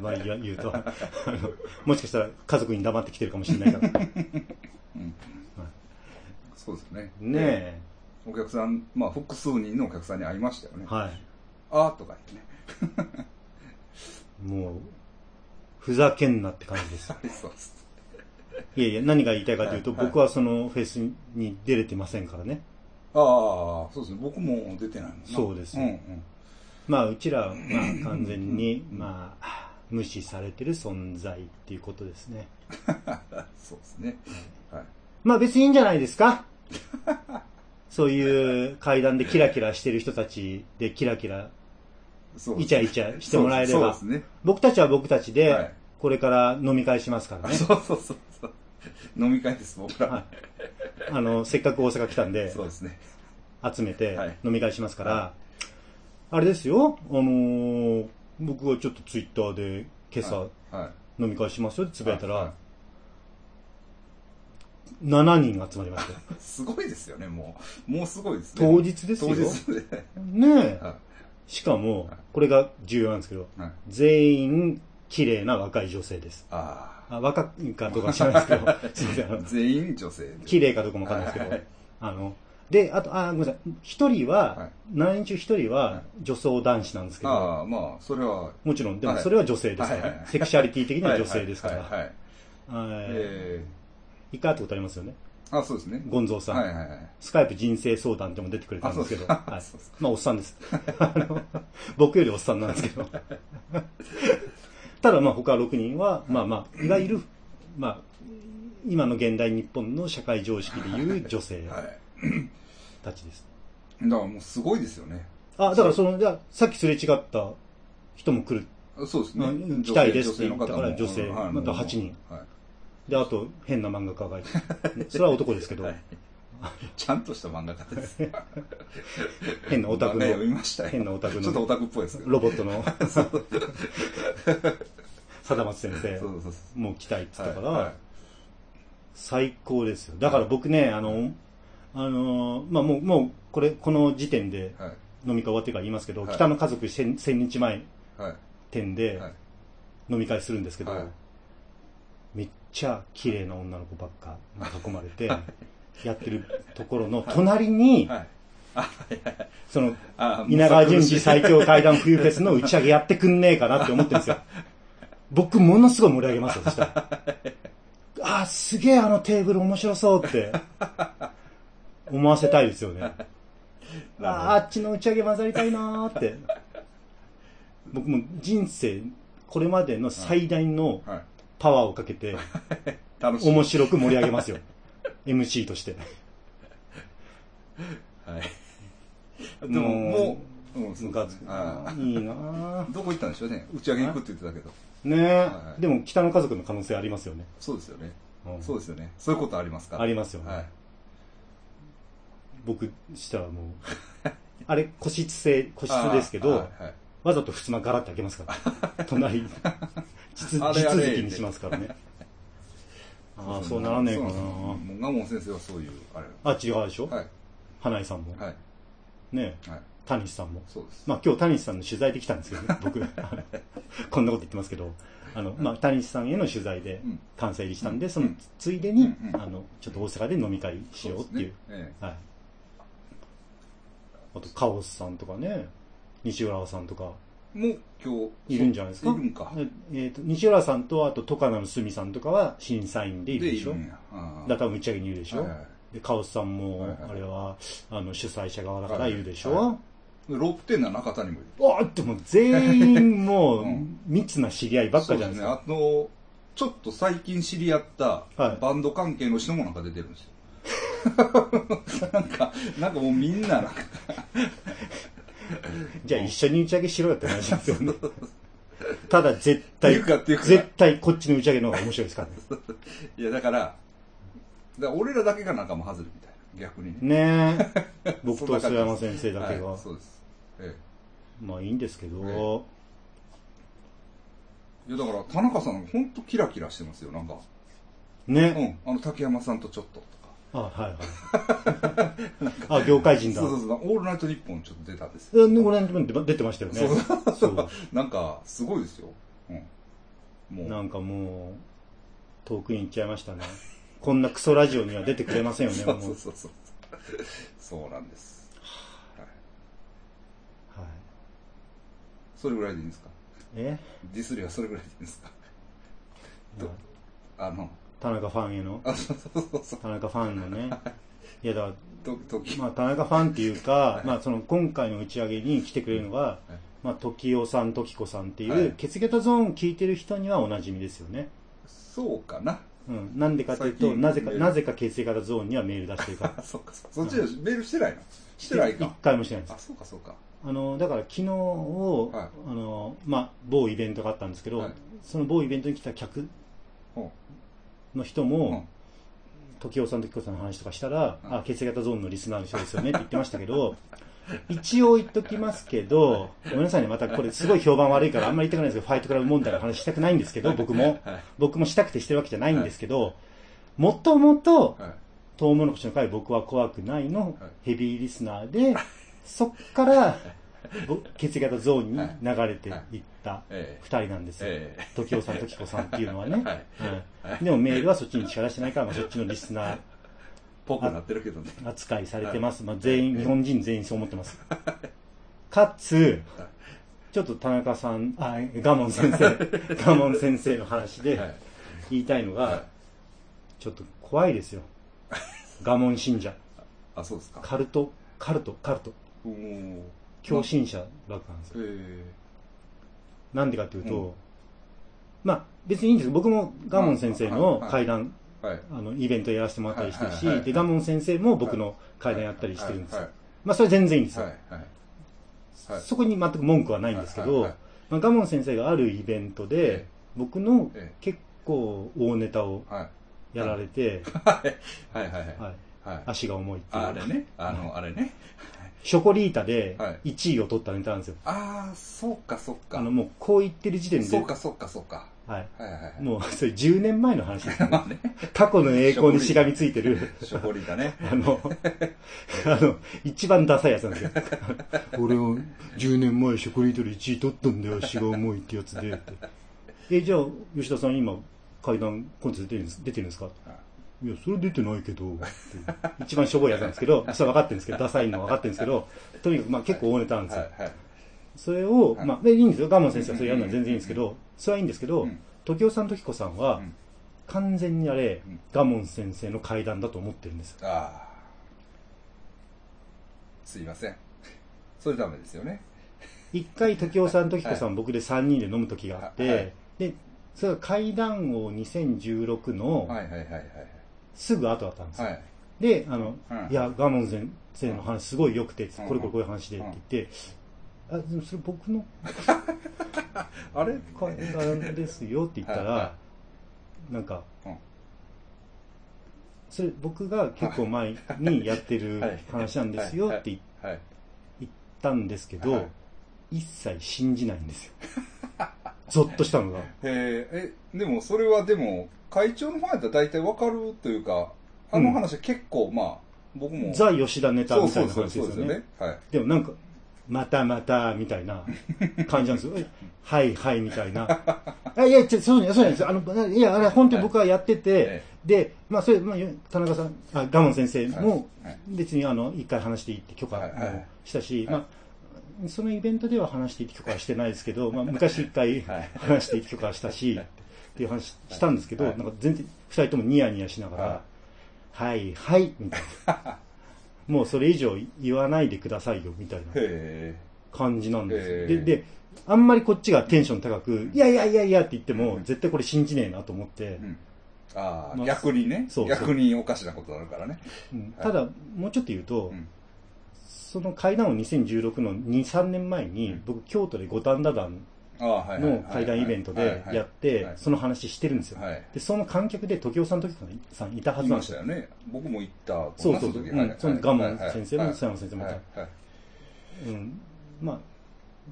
Speaker 1: まあ言う言うと、あのもしかしたら家族に黙ってきてるかもしれないから。 ね
Speaker 2: そうですね。
Speaker 1: え。
Speaker 2: お客さん、まあ、複数人のお客さんに会いましたよね。
Speaker 1: は
Speaker 2: あーとか言ってね。
Speaker 1: い。もう、ふざけんなって感じです。
Speaker 2: はいそうです。
Speaker 1: いやいや、何が言いたいかというと、
Speaker 2: はいはい
Speaker 1: 僕はそのフェスに出れてませんからね。
Speaker 2: ああ、そうですね。僕も出てないもんな
Speaker 1: そうです
Speaker 2: うんうん
Speaker 1: ね。まあ、うちらは、まあ、完全に、まあ、無視されてる存在っていうことですね。
Speaker 2: そうですね。はい。
Speaker 1: まあ、別にいいんじゃないです かそういう階段でキラキラしてる人たちでキラキラ、
Speaker 2: そう
Speaker 1: イチャイチャしてもらえれば
Speaker 2: そうですね。
Speaker 1: 僕たちは僕たち
Speaker 2: は
Speaker 1: で
Speaker 2: い、
Speaker 1: これから飲み会しますから
Speaker 2: あ
Speaker 1: ね。
Speaker 2: そうそうそうそう。飲み会です、僕ら。
Speaker 1: はいあの、せっかく大阪来たんで
Speaker 2: そ、うですね。
Speaker 1: 集めて
Speaker 2: はい
Speaker 1: 飲み会しますから、
Speaker 2: は
Speaker 1: あれですよ、あのー僕がちょっとツイッターで今朝
Speaker 2: はい。
Speaker 1: 飲み会しますよってつぶやいたら、
Speaker 2: はいは
Speaker 1: 7人集まりま したよ。
Speaker 2: すごいですよね、もう。もうすごいですね。
Speaker 1: 当日です
Speaker 2: 当
Speaker 1: よ。
Speaker 2: 日で。
Speaker 1: ねえ。
Speaker 2: は
Speaker 1: しかも
Speaker 2: はい、
Speaker 1: これが重要なんですけど、
Speaker 2: い。はい
Speaker 1: 全員綺麗な若い女性です。
Speaker 2: あ
Speaker 1: あ若いかどうか知らないで すけど、すいませんあ
Speaker 2: あ
Speaker 1: の。
Speaker 2: 全員女性で。
Speaker 1: 綺麗かどうかもわかんないですけ
Speaker 2: は
Speaker 1: ど
Speaker 2: い、
Speaker 1: あの、で、あと、あ、ごめんなさい。一人
Speaker 2: は、
Speaker 1: はい何人中一人
Speaker 2: は
Speaker 1: はい女装男子なんですけど、
Speaker 2: ああ、まあ、それは。
Speaker 1: もちろん、でも
Speaker 2: はい
Speaker 1: それは女性ですか
Speaker 2: は
Speaker 1: ら
Speaker 2: いはい
Speaker 1: ね
Speaker 2: は。い
Speaker 1: セクシャリティ的には女
Speaker 2: はいは
Speaker 1: 性
Speaker 2: い
Speaker 1: ですか
Speaker 2: はい
Speaker 1: ら。
Speaker 2: はい。
Speaker 1: はい
Speaker 2: え
Speaker 1: 一回会ったことありますよね。
Speaker 2: ーあ、そうですね。
Speaker 1: ゴンゾーさ
Speaker 2: はい
Speaker 1: ん。
Speaker 2: はいはい。
Speaker 1: スカイプ人生相談でも出てくれたんですけど。
Speaker 2: あそうです
Speaker 1: はい
Speaker 2: そうです
Speaker 1: まあ、おっさんです。 あの僕よりおっさんなんですけど。 ただ、まあ、他6人は、まあまあ、いわゆる、まあ、今の現代日本の社会常識でいう女性
Speaker 2: はい。
Speaker 1: たちです。
Speaker 2: だからもうすごいですよね。
Speaker 1: あ、だからその、じゃあさっきすれ違った人も来る。
Speaker 2: そうですね
Speaker 1: う。ん
Speaker 2: 女性
Speaker 1: 来たいですって
Speaker 2: 女性の方も
Speaker 1: だから女性
Speaker 2: はい
Speaker 1: また8人。
Speaker 2: はい
Speaker 1: で、あと、変な漫画家がいる。それは男ですけど、
Speaker 2: はい ちゃんとした漫画家です。
Speaker 1: 変なオタク
Speaker 2: 漫画
Speaker 1: の、
Speaker 2: 読みましたよ。
Speaker 1: 変なオタクの
Speaker 2: ちょっとオタクっぽいですけど。
Speaker 1: ロボット の、 貞松先生
Speaker 2: そ、うそうそう。
Speaker 1: もう来たいって言ったから、
Speaker 2: はいはい
Speaker 1: 最高ですよ。だから僕ね、あの、あのーまあ、もう、もう、これ、この時点で
Speaker 2: はい
Speaker 1: 飲み会終わってから言いますけど、
Speaker 2: はい
Speaker 1: 北の家族千千日前
Speaker 2: はい
Speaker 1: 店で
Speaker 2: はい
Speaker 1: 飲み会するんですけど、
Speaker 2: はい
Speaker 1: めっちゃ綺麗な女の子ばっ か囲まれて、やってるところの隣に、
Speaker 2: はい。あ、はいはいはい
Speaker 1: その、
Speaker 2: あ
Speaker 1: 稲川淳二最強怪談冬フェスの打ち上げやってくんねえかなって思ってるんで すよ。僕、ものすごい盛り上げますよ、そしたら。あー、すげえあのテーブル面白そうって、思わせたいですよね。あー
Speaker 2: なるほど
Speaker 1: あっちの打ち上げ混ざりたいなーって。僕も人生、これまでの最大の
Speaker 2: はい。
Speaker 1: パワーをかけて、
Speaker 2: 楽しい。
Speaker 1: 面白く盛り上げ ますよ。MC として。
Speaker 2: はい。でも、もう、うん、そう
Speaker 1: ムカつく
Speaker 2: あ
Speaker 1: な
Speaker 2: あ
Speaker 1: いいなー
Speaker 2: どこ行ったんでしょうね。打ち上げ行くって言ってたけど。
Speaker 1: ねえ、
Speaker 2: い
Speaker 1: でも北の家族の可能性ありますよね。
Speaker 2: そうですよね。
Speaker 1: うん
Speaker 2: そうですよね。そういうことありますから。
Speaker 1: ありますよね
Speaker 2: はい。
Speaker 1: 僕したらもう、 あれ個室性、個室ですけ
Speaker 2: あ
Speaker 1: ど
Speaker 2: ー、はいはい
Speaker 1: わざと襖ガラッて開けます から、隣に、実
Speaker 2: あれ
Speaker 1: 地
Speaker 2: あれ
Speaker 1: 続きにしますから ね。ああ、そうならねえかな
Speaker 2: そうですもう蒲生先生はそういう、あれ。
Speaker 1: あ、違うでしょ、
Speaker 2: はい。
Speaker 1: 花井さんも。
Speaker 2: はい。
Speaker 1: ね
Speaker 2: はい。
Speaker 1: 谷さんも。
Speaker 2: そうです。
Speaker 1: まあ今日谷さんの取材で来たん ですけどね、僕。 こんなこと言ってますけど、あの、まあ谷さんへの取材で
Speaker 2: うん
Speaker 1: 関西入りしたんで、
Speaker 2: うん
Speaker 1: そのついでに、
Speaker 2: うんうん
Speaker 1: あの、ちょっと大阪で飲み会しようっていう。
Speaker 2: そですね。え
Speaker 1: はい。あと、カオスさんとかね、西浦さんとか、
Speaker 2: えもう今日、
Speaker 1: いるんじゃないですか
Speaker 2: いるんか。
Speaker 1: えっ、と、西浦さんと、あと、トカナのスミさんとかは審査員でいるでしょ
Speaker 2: んや。あー
Speaker 1: だから多分打ち上げにいるでしょ、
Speaker 2: はいはい
Speaker 1: で、カオスさんも、
Speaker 2: はいはい
Speaker 1: あれは、あの、主催者側だからいるでしょ、
Speaker 2: はいはロッテの中田にもいる。
Speaker 1: あーってもう全員もう
Speaker 2: うん
Speaker 1: 密な知り合いばっかじゃないです
Speaker 2: そう
Speaker 1: か。
Speaker 2: すね。あの、ちょっと最近知り合った
Speaker 1: はい
Speaker 2: バンド関係の人もなんか出てるんですよ。 なんか、なんかもうみんななんか、
Speaker 1: じゃあ一緒に打ち上げしろよって話ですよ ね。ただ絶
Speaker 2: っ
Speaker 1: 対、
Speaker 2: ていうかっていうか
Speaker 1: 絶対こっちの打ち上げの方が面白いですからね。
Speaker 2: いやだから、だから俺らだけが仲間外れみたいな、逆にね。
Speaker 1: ねえ僕
Speaker 2: そん
Speaker 1: と
Speaker 2: な感
Speaker 1: 須
Speaker 2: じ
Speaker 1: 山先生だけが、
Speaker 2: はい、そうです。え
Speaker 1: まあいいんですけど、
Speaker 2: ねえ。いやだから、田中さん、ほんとキラキラしてますよ、なんか。う
Speaker 1: ね、
Speaker 2: ん、あの、竹山さんとちょっととか。
Speaker 1: あはいはい あ業界人だ
Speaker 2: そうそうそう、オールナイトニッポンちょっと出たんですよ。
Speaker 1: えね俺のとこに出てましたよねそう
Speaker 2: なんか、すごいですよ。うん。もう、
Speaker 1: なんかもう遠くに行っちゃいましたねこんなクソラジオには出てくれませんよね
Speaker 2: そ
Speaker 1: も
Speaker 2: う
Speaker 1: う
Speaker 2: そうそうそう。そうなんです。
Speaker 1: はい、
Speaker 2: それぐらいでいいんですか
Speaker 1: え、
Speaker 2: ディスりはそれぐらいでいいんですかど
Speaker 1: まあ
Speaker 2: あの、
Speaker 1: 田中ファンへの
Speaker 2: あ、そうそうそうそう。
Speaker 1: 田中ファンのねいやだから
Speaker 2: と時
Speaker 1: まあ、田中ファンっていうか、まあ、その今回の打ち上げに来てくれるのが、
Speaker 2: い
Speaker 1: まあ、時代さん、時子さんっていう、
Speaker 2: はい
Speaker 1: ケツゲタゾーン聞いてる人にはおなじみですよね。
Speaker 2: そうかな。
Speaker 1: うん。なんでかという
Speaker 2: 最
Speaker 1: と、
Speaker 2: 近
Speaker 1: なぜか、
Speaker 2: メール
Speaker 1: なぜかケツゲタゾーンにはメール出してるか
Speaker 2: あ
Speaker 1: ら。
Speaker 2: そうか、そうかそっちでメールしてないのしてない
Speaker 1: 一
Speaker 2: か。
Speaker 1: 回もしてないです
Speaker 2: あ、。そうか、そうか。
Speaker 1: あの、だから昨日を、
Speaker 2: はい
Speaker 1: あの、まあ、某イベントがあったんですけど、
Speaker 2: はい
Speaker 1: その某イベントに来た客
Speaker 2: ほ
Speaker 1: の人
Speaker 2: う
Speaker 1: も、時代さん、時子さんの話とかしたら、
Speaker 2: うん
Speaker 1: あ、ケツゲタゾーンのリスナーの人ですよねって言ってましたけど、 一応言っときますけど、ごめんなさいね、またこれすごい評判悪いからあんまり言いたくないんですけど、ファイトクラブ問題の話したくないんですけど、僕も。
Speaker 2: はい。
Speaker 1: 僕もしたくてしてるわけじゃないんですけど、もともと、
Speaker 2: はい。
Speaker 1: トウモロコシの会僕は怖くないのヘビーリスナー で、そっから、ぼ血液型ゾーンに流れていった
Speaker 2: え
Speaker 1: 二人なんですよ。
Speaker 2: ええ
Speaker 1: 時代さん、時子さんっていうのはね。
Speaker 2: え。 はい。
Speaker 1: うんでもメールはそっちにしか出してないから、まあ、そっちのリスナー
Speaker 2: ぽくなってるけどね。
Speaker 1: 扱いされてます。まあ、全員、日本人全員そう思ってます。かつ、ちょっと田中さん、あ、ガモン先 生、ガモン先生の話で、
Speaker 2: はい。
Speaker 1: 言いたいのが、
Speaker 2: はい
Speaker 1: ちょっと怖いですよ。我慢信者。
Speaker 2: あ、そうですか。
Speaker 1: カルト、カルト、カルト。
Speaker 2: おー
Speaker 1: 狂信者ばっかなんですよ。
Speaker 2: え
Speaker 1: なんでかっていうと、
Speaker 2: うん
Speaker 1: まあ別にいいんですけど、僕もガモン先生の会談、
Speaker 2: え。はい。
Speaker 1: あの、イベントやらせてもらったりしてるし、
Speaker 2: はいはいはい
Speaker 1: で、ガモン先生も僕の会談やったりしてるんですよ。
Speaker 2: はい。
Speaker 1: まあそれは全然いいんですよ。
Speaker 2: はい。はい。はい
Speaker 1: そこに全く文句はないんですけど、
Speaker 2: はいはい
Speaker 1: まあ、ガモン先生があるイベントで
Speaker 2: え、
Speaker 1: 僕の
Speaker 2: ええ
Speaker 1: 結構大ネタを
Speaker 2: はい。
Speaker 1: やられて、
Speaker 2: はい。はい。はい。
Speaker 1: はい、
Speaker 2: はい。
Speaker 1: 足が重いっていう。
Speaker 2: ああれね。あの、あれね。
Speaker 1: ショコリータで
Speaker 2: はい
Speaker 1: 1位を取ったネタなんですよ。
Speaker 2: ああ、そうか、そうか。
Speaker 1: あの、もうこう言ってる時点で、
Speaker 2: そうか、そうか、そうか。
Speaker 1: はい。
Speaker 2: はいはいはい。
Speaker 1: もう、それ10年前の話です、ね、
Speaker 2: まあね、
Speaker 1: 過去の栄光にしがみつい てる、
Speaker 2: ショコリー だね。
Speaker 1: あの、あの、一番ダサいやつなんです よ。俺は10年前ショコリータで1位取ったんだよ、足が重いってやつで。ってえ、じゃあ、吉田さん今、階段コンテンツ出てるんです出てるんですか
Speaker 2: はい
Speaker 1: いや、それ出てないけど、って一番しょぼいやつなんですけど、それは分かってるんですけど、ダサいのは分かってるんですけど、とにかくまあ結構大ネタなんですよ。
Speaker 2: はいはい
Speaker 1: それを、
Speaker 2: はい
Speaker 1: まあ、でいいんですよ。ガーモン先生はそれやるのは全然いいんですけど、それはいいんですけど、
Speaker 2: うん
Speaker 1: 時代さん、時子さん
Speaker 2: う
Speaker 1: は
Speaker 2: ん、
Speaker 1: 完全にあれ
Speaker 2: うん、
Speaker 1: ガモン先生の階段だと思ってるんですよ。
Speaker 2: ああすいません それダメですよね
Speaker 1: 一回、時代さん、時子さん、
Speaker 2: は
Speaker 1: 僕で3人で飲む時があって、
Speaker 2: はい
Speaker 1: で、それが階段王2016
Speaker 2: はい
Speaker 1: の
Speaker 2: はいはいはい
Speaker 1: すぐ後だったんですよ。
Speaker 2: はい
Speaker 1: で、あの、
Speaker 2: うん
Speaker 1: いや、ガモン先生の話すごい良くて、これこれこういう話でって言って、あ、でもそれ僕の
Speaker 2: あれ
Speaker 1: 階段ですよって言った
Speaker 2: はい
Speaker 1: ら
Speaker 2: は、
Speaker 1: なんか
Speaker 2: うん、
Speaker 1: それ僕が結構前にやってる
Speaker 2: はい
Speaker 1: 話なんですよって言っ
Speaker 2: はい
Speaker 1: たんですけ
Speaker 2: は
Speaker 1: ど
Speaker 2: い、
Speaker 1: 一切信じないんですよ。 ゾッとしたのが。
Speaker 2: えーえでもそれはでも会長の方やったら大体わかるというかあの話は結構、まあ僕も
Speaker 1: ザ・吉田ネタ
Speaker 2: そう
Speaker 1: みた
Speaker 2: そ
Speaker 1: いうな
Speaker 2: そ
Speaker 1: 話
Speaker 2: う
Speaker 1: で
Speaker 2: そうですす
Speaker 1: よ
Speaker 2: よ
Speaker 1: ね
Speaker 2: ね。はい
Speaker 1: でもなんか、またまた、みたいな感じなんです よ。えはいはい、みたいな。あいや、ちょそうじゃないそうじゃないですあの、いや、あれ、本当に僕はやってて、
Speaker 2: え
Speaker 1: で、まあ、それ、まあ、田中さん、あ、ガモン先生も
Speaker 2: はいはい、
Speaker 1: 別に、あの、一回話していいって許可も
Speaker 2: はいはい
Speaker 1: したし、
Speaker 2: はい
Speaker 1: まあ、そのイベントでは話していいって許可はしてないですけど、まあ、昔一回
Speaker 2: はい
Speaker 1: 話していいって許可はしたし、っていう話したんですけど、
Speaker 2: はい
Speaker 1: なんか全然、二人ともニヤニヤしながら、
Speaker 2: は
Speaker 1: はい、はい、みたいな。 もうそれ以上言わないでくださいよ、みたいな
Speaker 2: へ
Speaker 1: 感じなんですよ。
Speaker 2: へ
Speaker 1: で、
Speaker 2: ー
Speaker 1: で、あんまりこっちがテンション高く、いやいやいやいやって言っても、絶対これ信じねえなと思って
Speaker 2: え、うんああ、
Speaker 1: まあ
Speaker 2: 逆にね
Speaker 1: そうそう
Speaker 2: 逆におかしなことになるからね
Speaker 1: うんただ、もうちょっと言うと、
Speaker 2: うん
Speaker 1: その会談を2016の2、3年前に、
Speaker 2: うん
Speaker 1: 僕、京都で五反田団
Speaker 2: ああはいはいはい
Speaker 1: の会談イベントでやっ
Speaker 2: はい
Speaker 1: て
Speaker 2: はい、
Speaker 1: その話してるんですよ。
Speaker 2: はい
Speaker 1: で、その観客で、時代さん、時子さんいたはいずなん
Speaker 2: ま
Speaker 1: で
Speaker 2: し
Speaker 1: す
Speaker 2: た
Speaker 1: よ。
Speaker 2: よね僕も行った
Speaker 1: そうそうそう
Speaker 2: の時
Speaker 1: うん
Speaker 2: はいはい
Speaker 1: その蒲生
Speaker 2: はいはい
Speaker 1: 先生も
Speaker 2: はい
Speaker 1: 佐山先生も
Speaker 2: はいはい
Speaker 1: うん。まあ、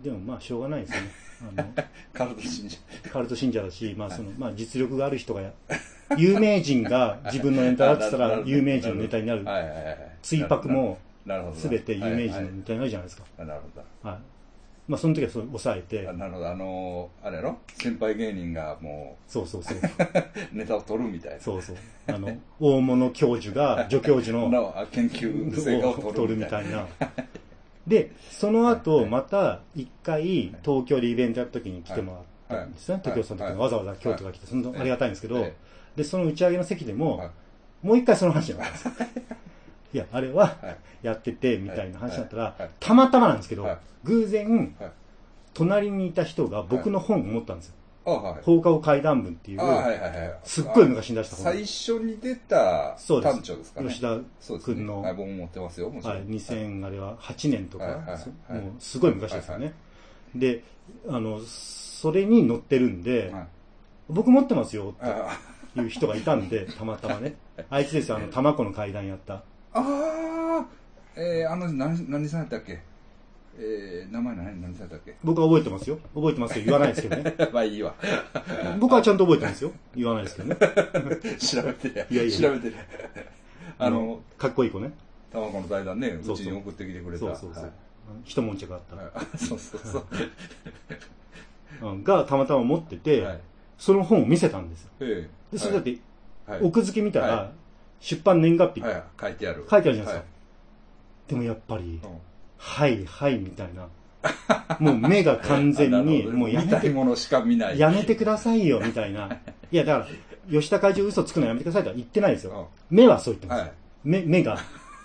Speaker 1: でもまあ、しょうがないですよね。あ の
Speaker 2: カルト信者
Speaker 1: カルト信者だし、まあそのまあ、実力がある人がや、有名人が自分のネタだって言った
Speaker 2: なる
Speaker 1: ら
Speaker 2: ほ、ど
Speaker 1: 有名人のネタになる、
Speaker 2: はいはいはいはい
Speaker 1: 追泊も
Speaker 2: なるほどな
Speaker 1: 全て有名人
Speaker 2: はい
Speaker 1: のネタになるじゃないですか。
Speaker 2: はいなるほど
Speaker 1: はいまあ、その時はそれ抑えて
Speaker 2: あ、なるほど、あのーあれやろ先輩芸人がも
Speaker 1: そうそうそう、
Speaker 2: う、ネタを取るみたいな。
Speaker 1: そうそう、あの大物教授が助教授の
Speaker 2: の研究成果
Speaker 1: を
Speaker 2: を
Speaker 1: 取る
Speaker 2: 取る
Speaker 1: み
Speaker 2: みた
Speaker 1: た
Speaker 2: い
Speaker 1: いな。 で、その
Speaker 2: は
Speaker 1: 後、
Speaker 2: い
Speaker 1: また一回、東京でイベントやった時に来てもらったんですね。
Speaker 2: はい
Speaker 1: 東京さんの時にわざわざ京都が来て、その
Speaker 2: はい
Speaker 1: ありがたいんですけど
Speaker 2: え、
Speaker 1: で、その打ち上げの席で
Speaker 2: な。はい
Speaker 1: も、もう一回その話になったんで すよ。いや、あれは
Speaker 2: はい
Speaker 1: やってて、みたいな話だった
Speaker 2: はいはい
Speaker 1: ら、たまたまなんですけど
Speaker 2: はい、
Speaker 1: 偶然
Speaker 2: はい、
Speaker 1: 隣にいた人が僕の本を持ったんですよ。
Speaker 2: あはい。
Speaker 1: 放課後怪談文っていう
Speaker 2: あ、はいはいはい。
Speaker 1: すっごい昔に出した
Speaker 2: あ最
Speaker 1: 本。
Speaker 2: 初に出た
Speaker 1: そうです
Speaker 2: 単調ですかね。
Speaker 1: 吉田
Speaker 2: そうです
Speaker 1: 君
Speaker 2: ね。
Speaker 1: の
Speaker 2: はい、僕も持ってますよ、もちろん。
Speaker 1: はい、2000あれは8年とか、
Speaker 2: はいはいはい
Speaker 1: そもうすごい昔ですよね、であのそれに乗ってるんで、
Speaker 2: はい
Speaker 1: 僕持ってますよ
Speaker 2: あ
Speaker 1: っ
Speaker 2: ー
Speaker 1: ていう人がいたんでたまたまねあいつですよあの玉子の階段やった
Speaker 2: あー、えー、あの、何、何さんやったっけえー、名前何、何さん やったっ
Speaker 1: 僕は覚えてますよ覚えてますけど言わないですけどね
Speaker 2: けまあいいわ。
Speaker 1: 僕はちゃんと覚えてますよ言わないですけどね
Speaker 2: 調べて
Speaker 1: いやいや
Speaker 2: 調べてあの、
Speaker 1: かっこいい子ね
Speaker 2: 卵の財団ね、
Speaker 1: そうう
Speaker 2: ち
Speaker 1: そう
Speaker 2: に送ってきてくれた。
Speaker 1: そうそうそう、
Speaker 2: はい
Speaker 1: 一悶着あった、
Speaker 2: はい そうそうそう。
Speaker 1: うんがたまたま持ってて、
Speaker 2: はい。
Speaker 1: その本を見せたんですよ
Speaker 2: ええ。
Speaker 1: でそれだって
Speaker 2: はい、
Speaker 1: 奥付け見たら、
Speaker 2: は
Speaker 1: 出版年月日、
Speaker 2: はい、書いてある。
Speaker 1: 書いてあるじゃないですでもやっぱり、
Speaker 2: はいうん
Speaker 1: はいはいみたいな。もう目が完全
Speaker 2: あなる
Speaker 1: に、
Speaker 2: ほど
Speaker 1: もうや
Speaker 2: 見
Speaker 1: め
Speaker 2: たい
Speaker 1: て、
Speaker 2: ものしか見ない。
Speaker 1: やめてくださいよみたい な。いや、だから、吉田会長嘘つくのやめてくださいとは言ってないですよ。目はそう言ってますよ。
Speaker 2: はい
Speaker 1: 目、目が、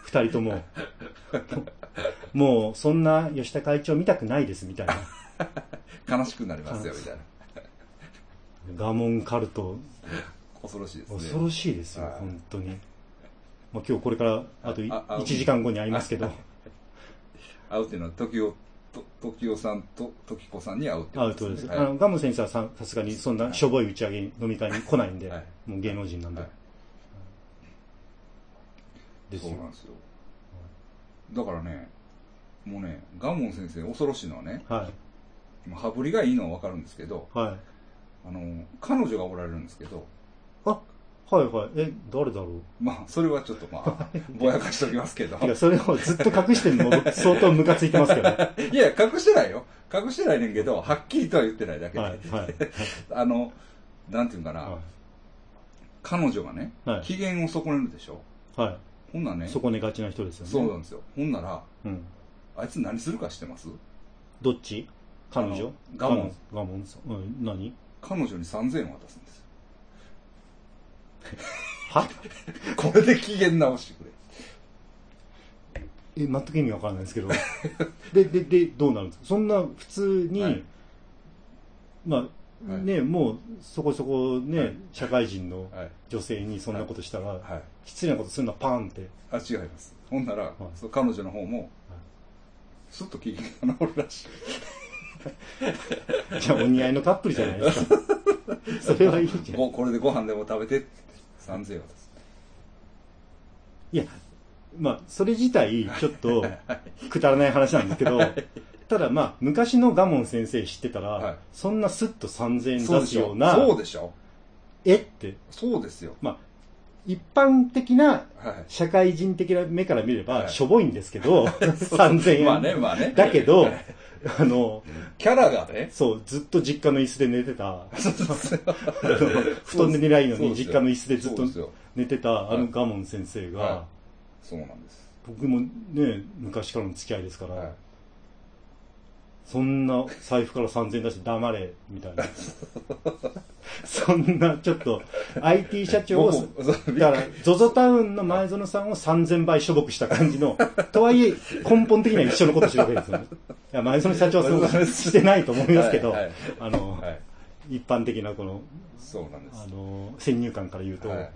Speaker 1: 二人 とも、もうそんな吉田会長見たくないですみたいな。
Speaker 2: うん悲しくなりますよ、みたいな。
Speaker 1: ガモンカルト、
Speaker 2: 恐ろしいですね。
Speaker 1: 恐ろしいですよ
Speaker 2: はい、
Speaker 1: 本当に。まあ、今日これからあとい
Speaker 2: ああ
Speaker 1: 1時間後に会いますけど、
Speaker 2: 会うっていうのは、時を、と時をさんと時子さんに会うって
Speaker 1: ア
Speaker 2: こ
Speaker 1: ウ
Speaker 2: と
Speaker 1: ト
Speaker 2: で
Speaker 1: ですす。
Speaker 2: ね。
Speaker 1: あの、ガム先生はささすがにそんなしょぼい打ち上げに飲み会に来ないんで
Speaker 2: はい、
Speaker 1: もう芸能人なんで
Speaker 2: はい。
Speaker 1: です
Speaker 2: そう
Speaker 1: よ
Speaker 2: なんですよ。だからね、もうね、ガモン先生恐ろしいのはね、
Speaker 1: は
Speaker 2: まあ羽振りがいいのはわかるんですけど、
Speaker 1: い。はい。
Speaker 2: あの、彼女がおられるんですけど、
Speaker 1: あ、はいはい。え、誰だろ
Speaker 2: まあ、それはちょっとま あ、ぼやかしときますけど。
Speaker 1: ういや、それをずっと隠してるのも僕相当ムカついてますけどね。はい
Speaker 2: や、隠してないよ。隠 してないねんけど、はっきりとは言ってないだけ
Speaker 1: い。
Speaker 2: で。
Speaker 1: はい。はい
Speaker 2: あの、なんていうんかな、
Speaker 1: は
Speaker 2: 彼女がね、
Speaker 1: はい
Speaker 2: 機嫌を損ねるでしょ
Speaker 1: は
Speaker 2: ほんならね
Speaker 1: い。損ねがちな人ですよね。
Speaker 2: そうなんですよほんなら
Speaker 1: うん。
Speaker 2: あいつ何するか知ってます
Speaker 1: どっち彼女
Speaker 2: あのガモン
Speaker 1: ガモンさん。うん、何
Speaker 2: 彼女に3000円渡すんですよ
Speaker 1: は
Speaker 2: これで機嫌直してくれ
Speaker 1: え、全く意味わからないですけ ど。で、で、で、どうなるんですかそんな普通に、
Speaker 2: はい
Speaker 1: まあ、
Speaker 2: はい
Speaker 1: ね、もうそこそこね、
Speaker 2: はい
Speaker 1: 社会人の
Speaker 2: はい、
Speaker 1: 女性にそんなことしたら、
Speaker 2: はい、
Speaker 1: 失礼なことするな、パーンって。
Speaker 2: あ違いますほんなら、
Speaker 1: い
Speaker 2: そう彼女の方も、
Speaker 1: はい
Speaker 2: すっと機嫌が直るらしい
Speaker 1: じゃあお似合いのカップルじゃないです か。それはいい じゃん。い
Speaker 2: ごこれでご飯でも食べてって3000円渡す
Speaker 1: や、まあ、それ自体、ちょっと、くだらない話なんですけど、ただまあ、昔のガモン先生知ってたら、
Speaker 2: はい
Speaker 1: そんなスッと3000円
Speaker 2: そう
Speaker 1: 出
Speaker 2: ですしょ
Speaker 1: ような、
Speaker 2: そうでしょ
Speaker 1: えって、
Speaker 2: そうですよ
Speaker 1: 一般的な
Speaker 2: はい
Speaker 1: 社会人的な目から見れば、
Speaker 2: はい
Speaker 1: しょぼいんですけ ど、3000円。
Speaker 2: まあねまあね
Speaker 1: だけど、あの、
Speaker 2: キャラがね
Speaker 1: そう、ずっと実家の椅子で寝てた、あの布
Speaker 2: 布
Speaker 1: 団で寝ないのに実家の椅子でずっと
Speaker 2: そうですよ
Speaker 1: 寝てたあ
Speaker 2: は
Speaker 1: の
Speaker 2: い
Speaker 1: ガモン先生が、
Speaker 2: はそうなんです、
Speaker 1: 僕もね、昔からの付き合いですから、
Speaker 2: はい
Speaker 1: そんな財布から3000円出して黙れ、みたいな。そんな、ちょっ と、IT 社長を、
Speaker 2: 僕もそ う
Speaker 1: だから、ZOZO タウンの前園さんを3000倍処罰した感じの、 とはいえ、根本的には一緒のことしてるわけですよね。いや、前園社長はそういうことしてないと思いますけど、
Speaker 2: はいはい
Speaker 1: あの、
Speaker 2: はい、
Speaker 1: 一般的なこの、
Speaker 2: そうなんです
Speaker 1: あの、先入観から言うと、
Speaker 2: はい
Speaker 1: っ、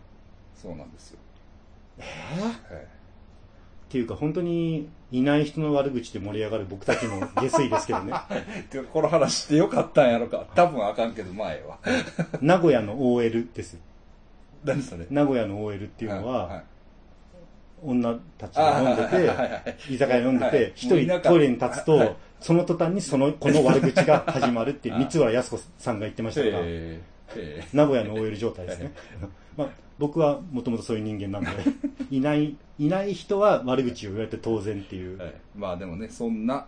Speaker 2: そうなんですよ、はい
Speaker 1: ていうか本当にいない人の悪口で盛り上がる僕たちも下水ですけ どね。
Speaker 2: てかこの話してよかったんやろか多分あかんけど前は
Speaker 1: 名古屋の OL ですよ。
Speaker 2: 何それっ
Speaker 1: 名古屋の OL っていうのは、
Speaker 2: はい
Speaker 1: 女たちが飲んで
Speaker 2: あーはいはいは
Speaker 1: て、居酒屋飲んで
Speaker 2: はい
Speaker 1: て、一
Speaker 2: もうい
Speaker 1: 人
Speaker 2: なかった
Speaker 1: トイレに立つ
Speaker 2: は
Speaker 1: と
Speaker 2: い、
Speaker 1: その途端にその、この悪口 が始まるって、
Speaker 2: はい
Speaker 1: 三浦康子さんが言ってましたから、
Speaker 2: えーえ
Speaker 1: 名古屋の OL 状態ですね。 まあ、僕はもともとそういう人間 なんで、いない、いない人は悪口を言われて当然っていう
Speaker 2: ー。はいまあでもねそんな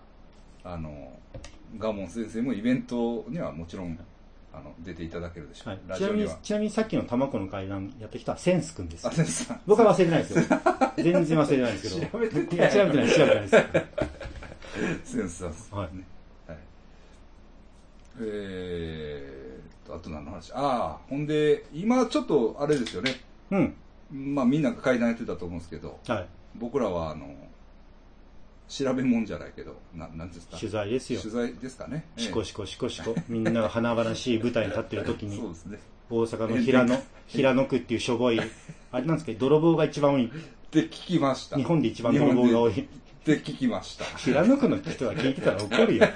Speaker 2: あのガモン先生もイベントにはもちろんあの出ていただけるでしょう、
Speaker 1: はい
Speaker 2: ラ
Speaker 1: ち
Speaker 2: ジ
Speaker 1: な
Speaker 2: オ
Speaker 1: み
Speaker 2: に
Speaker 1: に
Speaker 2: は、
Speaker 1: ちなみにさっきの玉子の階段やってきたセンス君です
Speaker 2: あ。先生さん
Speaker 1: 僕は忘れてないですよ。 全然忘れてないですけど。
Speaker 2: 調べてて
Speaker 1: いや調べてない、調べてないです。
Speaker 2: センスだっす
Speaker 1: はい
Speaker 2: ねはい、えーっとあと何の話ああほんで今ちょっとあれですよね
Speaker 1: うん。
Speaker 2: まあみんなが階段やってたと思うんですけど
Speaker 1: はい。
Speaker 2: 僕らはあの調べもんじゃないけどななんですか
Speaker 1: 取材ですよ。
Speaker 2: 取材ですかね
Speaker 1: シコシコシコシコ、みんなが華々しい舞台に立ってる時
Speaker 2: ええそう
Speaker 1: に、
Speaker 2: ですね
Speaker 1: 大阪の平野、平野区っていうしょぼい、あれなんですけど、泥棒が一番多い、
Speaker 2: って聞きました
Speaker 1: 日本で一番泥棒が多
Speaker 2: 日
Speaker 1: い。
Speaker 2: 本でって聞きました
Speaker 1: 平野区の人が聞いてたら怒 るよ。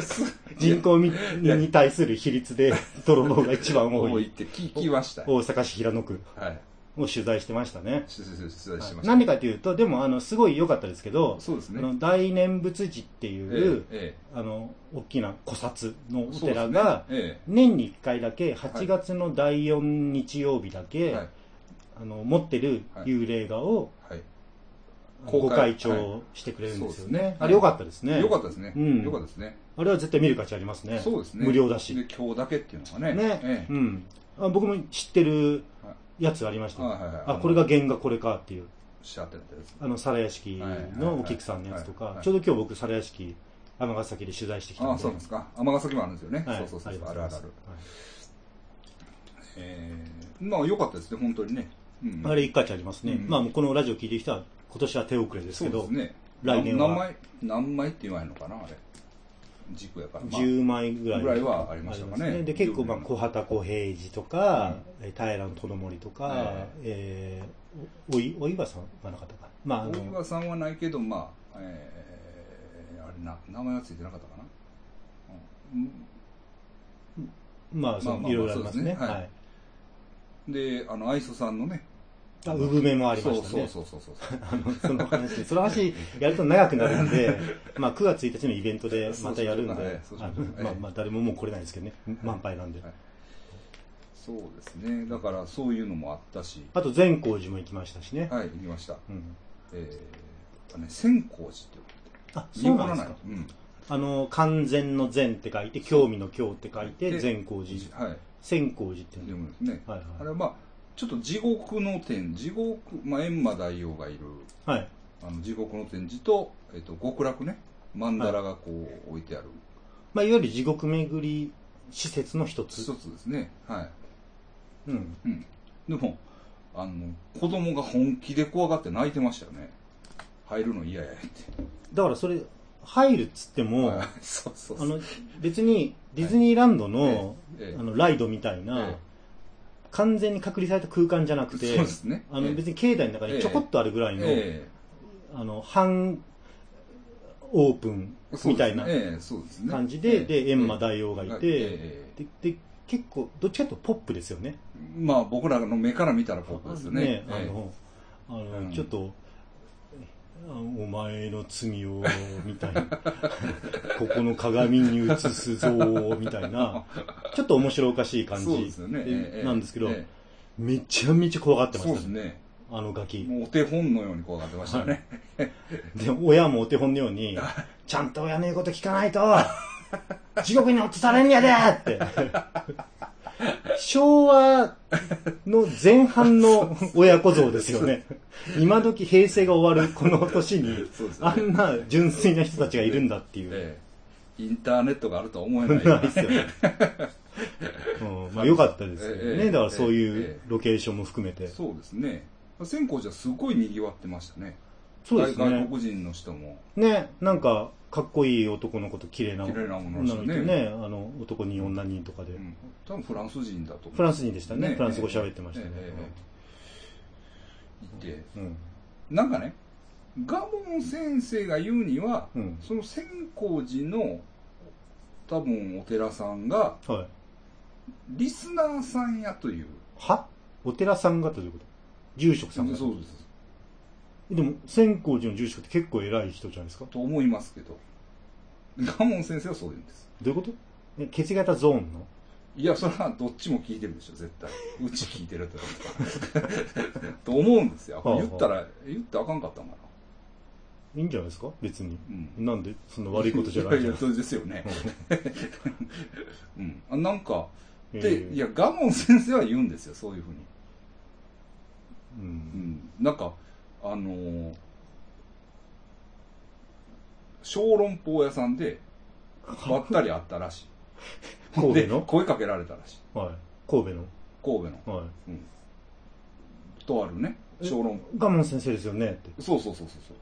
Speaker 2: す
Speaker 1: 人口にに対する比率で泥棒が一番
Speaker 2: 多
Speaker 1: 多
Speaker 2: い
Speaker 1: い。
Speaker 2: って聞きました
Speaker 1: 大阪市平野区
Speaker 2: はい
Speaker 1: を取材してましたね。
Speaker 2: 取取取材しました
Speaker 1: なんでかというと、でも、あの、すごい良かったですけど、
Speaker 2: そうです
Speaker 1: あ
Speaker 2: ね
Speaker 1: の、大念仏寺って
Speaker 2: え
Speaker 1: いう
Speaker 2: え、え
Speaker 1: あの、大きな古刹のお
Speaker 2: え
Speaker 1: 寺が、
Speaker 2: そうですね
Speaker 1: 年に1回だけ8月の第4日曜日だ
Speaker 2: え
Speaker 1: け、
Speaker 2: えはい
Speaker 1: あの持ってる幽霊画を
Speaker 2: はい
Speaker 1: あの
Speaker 2: 公
Speaker 1: ご
Speaker 2: 開
Speaker 1: 開帳してくれるんですよね、
Speaker 2: はいそうですね
Speaker 1: あれ良かったですね
Speaker 2: よかったですね。
Speaker 1: うん
Speaker 2: よかったですね。
Speaker 1: あれは絶対見る価値ありますね
Speaker 2: そうですね。
Speaker 1: 無料だし
Speaker 2: で
Speaker 1: ね、
Speaker 2: 今日だけっていうのがね。ええ
Speaker 1: うん、あ僕も知ってるやつありましたよ、
Speaker 2: はいはいはい
Speaker 1: あこれが原画これかっていう
Speaker 2: シャーってなったやつ。
Speaker 1: あの皿屋敷のお菊さんのやつと
Speaker 2: はいはい
Speaker 1: か
Speaker 2: はい
Speaker 1: ちょうど今日僕皿屋敷尼崎で取材してきたん
Speaker 2: あ
Speaker 1: で
Speaker 2: あ、そうなんですか。尼崎もあるんですよね。
Speaker 1: はい
Speaker 2: そうそう
Speaker 1: り
Speaker 2: そう。
Speaker 1: が
Speaker 2: あ
Speaker 1: とうご
Speaker 2: るある
Speaker 1: ざ
Speaker 2: あ
Speaker 1: い
Speaker 2: る。
Speaker 1: ます
Speaker 2: ええまあ、よかったですね、本当にね。うん
Speaker 1: はいあれ一価値ありますね、
Speaker 2: うん
Speaker 1: まあこのラジオ聞いてる人は今年は手遅れです
Speaker 2: そ
Speaker 1: け
Speaker 2: うで
Speaker 1: ど
Speaker 2: すね。
Speaker 1: 来年は
Speaker 2: 何枚、何枚って言わへんのかな、あれ。軸やから。まあ
Speaker 1: 10枚ぐらい
Speaker 2: ぐらいはありましたかね
Speaker 1: ありますで結構、まあ、
Speaker 2: 10
Speaker 1: 小畑小平次とか、えー平野智盛とか、えーおおいお岩さんはなかったか、まあ、あ
Speaker 2: 大
Speaker 1: の
Speaker 2: 岩さんはないけど、まあ、ええあれな、名前はついてなかったかな。うん
Speaker 1: まあそ
Speaker 2: まあまあま
Speaker 1: の
Speaker 2: あ
Speaker 1: いろいろありますね,、
Speaker 2: そうですねはい
Speaker 1: はい
Speaker 2: で、あの、愛想さんのね。
Speaker 1: あ産めもありま
Speaker 2: そ
Speaker 1: し
Speaker 2: う
Speaker 1: た
Speaker 2: そう
Speaker 1: ね
Speaker 2: そうそうそう。
Speaker 1: あのその話その話やると長くなるん で、まあ、9月1日のイベントでまたやるんで
Speaker 2: そうそうそう
Speaker 1: あ
Speaker 2: はいそうし
Speaker 1: の
Speaker 2: ましょう
Speaker 1: まあまあ誰ももう来れないですけどね満杯なんで、
Speaker 2: はいそうですね。だからそういうのもあったし、
Speaker 1: あと善光寺も行きましたしね、
Speaker 2: はい、行きました。
Speaker 1: うん、
Speaker 2: えー、ね、千光寺って
Speaker 1: あ
Speaker 2: 言
Speaker 1: そううなんですか
Speaker 2: うん。
Speaker 1: あの、完全の善って書いて、興味の興って書いて、
Speaker 2: で
Speaker 1: 善光寺。
Speaker 2: はい。
Speaker 1: 千光寺っていう
Speaker 2: で
Speaker 1: の
Speaker 2: もですね、
Speaker 1: はい
Speaker 2: あれ
Speaker 1: は
Speaker 2: はまあちょっと地獄の天地獄、まあ、閻魔大王がいる
Speaker 1: い。はい。
Speaker 2: あの地獄の天寺と、えっと、極楽ね曼荼羅がこう置いてある
Speaker 1: まあ、いわゆる地獄巡り施設の一つ
Speaker 2: 一。つですね、はい
Speaker 1: うん。
Speaker 2: でもあの子供が本気で怖がって泣いてましたよね入るの嫌やって
Speaker 1: だからそれ、入るっつっても、
Speaker 2: はい そうそう
Speaker 1: あ
Speaker 2: そう
Speaker 1: の、別にディズニーランドの、
Speaker 2: ええ
Speaker 1: あの、ライドみたいな、
Speaker 2: ええ
Speaker 1: 完全に隔離された空間じゃなく
Speaker 2: そう
Speaker 1: て
Speaker 2: で、すね
Speaker 1: あの、別に
Speaker 2: に
Speaker 1: 境内の中にちょこっとあるぐらいの、
Speaker 2: え
Speaker 1: あの、半オープン
Speaker 2: えそうですね
Speaker 1: みたいな
Speaker 2: ええそうですね
Speaker 1: 感じで、で、閻魔大王がい
Speaker 2: が
Speaker 1: て、で、で、結構、どっちかというとポップですよね。
Speaker 2: まあ僕らの目から見たらポップですよね
Speaker 1: ねあ
Speaker 2: ええ
Speaker 1: の、あの、
Speaker 2: うん
Speaker 1: ちょっと、あお前の罪を、みたい な。ここの鏡に映すぞ、みたいな。ちょっと面白おかしい感
Speaker 2: そうで
Speaker 1: じ
Speaker 2: すよねええええ
Speaker 1: なんですけど、
Speaker 2: え
Speaker 1: めちゃめちゃ怖がって
Speaker 2: え
Speaker 1: ま
Speaker 2: そ
Speaker 1: し
Speaker 2: うで
Speaker 1: た
Speaker 2: す
Speaker 1: ね。
Speaker 2: ね
Speaker 1: あのガキ。
Speaker 2: もうお手本のように怖がってましたね
Speaker 1: で、親もお手本のよう に、ちゃんと親の言うこと聞かないと、地獄に落とされんやでって。昭和の前半の親子像ですよね。今時平成が終わるこの年に、
Speaker 2: そうですよ
Speaker 1: あ
Speaker 2: ね
Speaker 1: んな純粋な人たちがいるんだっていう。
Speaker 2: ええインターネットがあるとは思えない
Speaker 1: ないですよ ね。うん、まあ良かったですよ
Speaker 2: ええ
Speaker 1: ね。だからそうい
Speaker 2: え
Speaker 1: う
Speaker 2: え
Speaker 1: ロケーションも含めて。
Speaker 2: そうですね千光寺はすごい賑わってましたね
Speaker 1: そうです
Speaker 2: 外
Speaker 1: ね
Speaker 2: 外。国人の人も
Speaker 1: ね、なんか、かっこいい男の子と綺麗な
Speaker 2: 綺麗な女の
Speaker 1: 女
Speaker 2: 人
Speaker 1: の子
Speaker 2: ね
Speaker 1: とね、あの、男に女にとかで
Speaker 2: う。ん多分フランス人だと思う
Speaker 1: フランス人でしたね。フランス語
Speaker 2: ええ
Speaker 1: 喋ってましたね。
Speaker 2: ええええいて
Speaker 1: うん。
Speaker 2: なんかね蒲生先生が言うには、
Speaker 1: うん
Speaker 2: その千光寺の多分お寺さんが
Speaker 1: はい。
Speaker 2: リスナーさんやという
Speaker 1: はお寺さんがということ住職さんが
Speaker 2: そうです
Speaker 1: でも、千光寺の住職って結構偉い人じゃないですかど
Speaker 2: と思いますけど蒲生先生はそう言うんです
Speaker 1: ういうことえ血型ゾーンの
Speaker 2: いやそれはどっちも聞いてるでしょ絶対うち聞いてるってことかと思うんですよ
Speaker 1: はあはあ
Speaker 2: 言ったら言ってあかんかったんかない
Speaker 1: いんじゃないですか別に。
Speaker 2: うん
Speaker 1: なんで、そんな悪いことじゃない
Speaker 2: い
Speaker 1: じ
Speaker 2: や
Speaker 1: ゃないで
Speaker 2: いやそうですよね
Speaker 1: すか。
Speaker 2: うんあなんか
Speaker 1: うん
Speaker 2: で、い、や蒲生先生は言うんですよそういうふうに、
Speaker 1: う。
Speaker 2: うんん、なんかあのー小籠包屋さんでばったり会ったらしい
Speaker 1: 神戸
Speaker 2: で
Speaker 1: の
Speaker 2: 声かけられたらしい
Speaker 1: はい。神戸の
Speaker 2: 神戸の
Speaker 1: はい。
Speaker 2: とあるね
Speaker 1: え
Speaker 2: 小籠包
Speaker 1: ガモン先生ですよねって。
Speaker 2: そうそうそうそうそう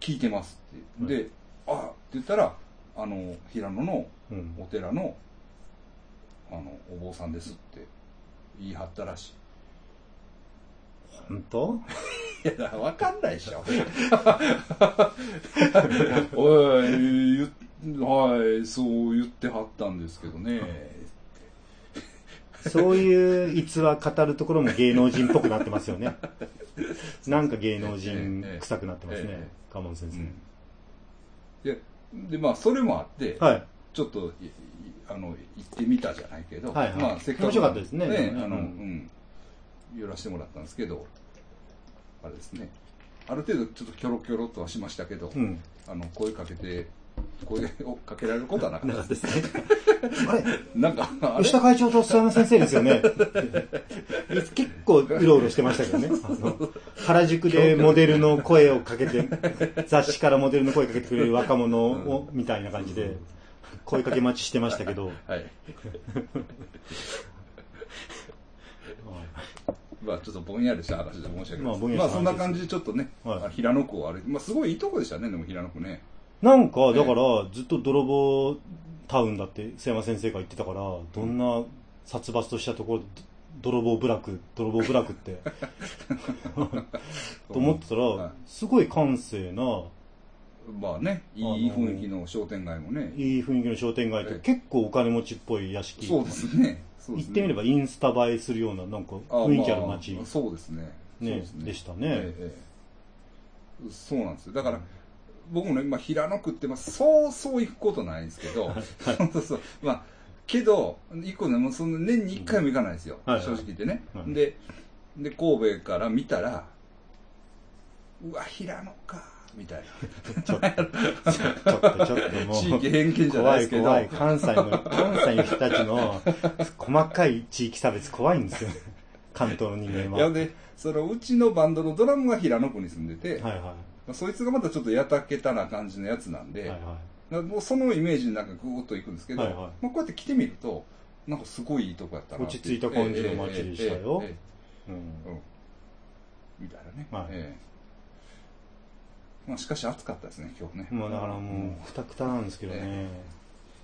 Speaker 2: 聞いてますってで、あって言ったらあの平野の
Speaker 1: うん。
Speaker 2: お寺のあのお坊さんですって言い張ったらしい
Speaker 1: 本当
Speaker 2: いや、だからわかんないでしょ。 おい、ゆはい、そう言ってはったんですけどね。
Speaker 1: そういう逸話語るところも芸能人っぽくなってますよ ね。なんか芸能人臭くなってます
Speaker 2: えええ
Speaker 1: ね。ガモン先
Speaker 2: う
Speaker 1: 生。
Speaker 2: ん、で、で、まあ、それもあって、
Speaker 1: はい。
Speaker 2: ちょっといいあの行ってみたじゃないけど、
Speaker 1: はいはい
Speaker 2: まあ、せっかく
Speaker 1: 面白かったですねでもね
Speaker 2: あの、う
Speaker 1: うん
Speaker 2: ん、寄らせてもらったんですけど、あれですね。ある程度ちょっとキョロキョロとはしましたけど、
Speaker 1: うん。
Speaker 2: あの声かけて声をかけられることはなかっ
Speaker 1: な
Speaker 2: た
Speaker 1: か
Speaker 2: で
Speaker 1: った
Speaker 2: す
Speaker 1: で。すね。あれ
Speaker 2: なんか、あれ
Speaker 1: 吉田会長と須山先生ですよね。結構うろうろしてましたけどね。あの原宿でモデルの声をかけ て、雑誌からモデルの声かけてくれる若者を、みたいな感じで、声かけ待ちしてましたけ ど、
Speaker 2: はい。まあちょっとぼんやりした話で申し訳ない
Speaker 1: ま
Speaker 2: で
Speaker 1: あ
Speaker 2: す。
Speaker 1: ぼんやりした話です
Speaker 2: まあそんな感じでちょっとね、
Speaker 1: はい
Speaker 2: あ平野区を歩いて、まあすごいいいとこでしたね、でも平野区ね。
Speaker 1: なんか、だから、ずっと泥棒タウンだって須山先生が言ってたから、どんな殺伐としたところ、泥棒部落、泥棒部落 って、と思ってた
Speaker 2: は
Speaker 1: ら、すごい閑静な、
Speaker 2: いまあね、い
Speaker 1: あの
Speaker 2: い雰囲気の商店街もね。
Speaker 1: いい雰囲気の商店街
Speaker 2: え
Speaker 1: と
Speaker 2: え
Speaker 1: 結構お金持ちっぽい屋敷。
Speaker 2: そうですね。そう
Speaker 1: 行
Speaker 2: で
Speaker 1: っ
Speaker 2: すね
Speaker 1: てみればインスタ映えするような、なんか雰囲気ある街
Speaker 2: まあそうですね。そう
Speaker 1: ね
Speaker 2: す
Speaker 1: でしたね。
Speaker 2: ええええそうなんですよ。だから、僕もね、まあ、平野区って、まあ、そうそう行くことないんですけど、そうそうそう。まあ、けど、行くのも、その年に1回も行かないんですよ。
Speaker 1: はいはい
Speaker 2: 正直言ってね、
Speaker 1: はい
Speaker 2: で、で、神戸から見たら、うわ、平野か。みたいな。
Speaker 1: ちょっと、ちょっと、ちょっともう。
Speaker 2: 地域偏見じゃないですけど。
Speaker 1: 怖い怖い。関西の、関西の人たちの細かい地域差別怖いんですよ。関東の人間
Speaker 2: いや
Speaker 1: は。
Speaker 2: でそのうちのバンドのドラムが平野区に住んでて、
Speaker 1: はいは
Speaker 2: そいつがまたちょっとやたけたな感じのやつなん
Speaker 1: い。
Speaker 2: で、
Speaker 1: はいは
Speaker 2: だからもうそのイメージの中ぐーっと行くんですけど、
Speaker 1: はいはい
Speaker 2: まあ、こうやって来てみるとなんかすごいいいとこやったなって
Speaker 1: 落ち着いた感じの街でしたよ
Speaker 2: えええええ
Speaker 1: い。うん。
Speaker 2: えうんみたいなね、
Speaker 1: はい
Speaker 2: ええまあ、しかし暑かったですね今日ね
Speaker 1: まあだからもう、くたくたなんですけどね。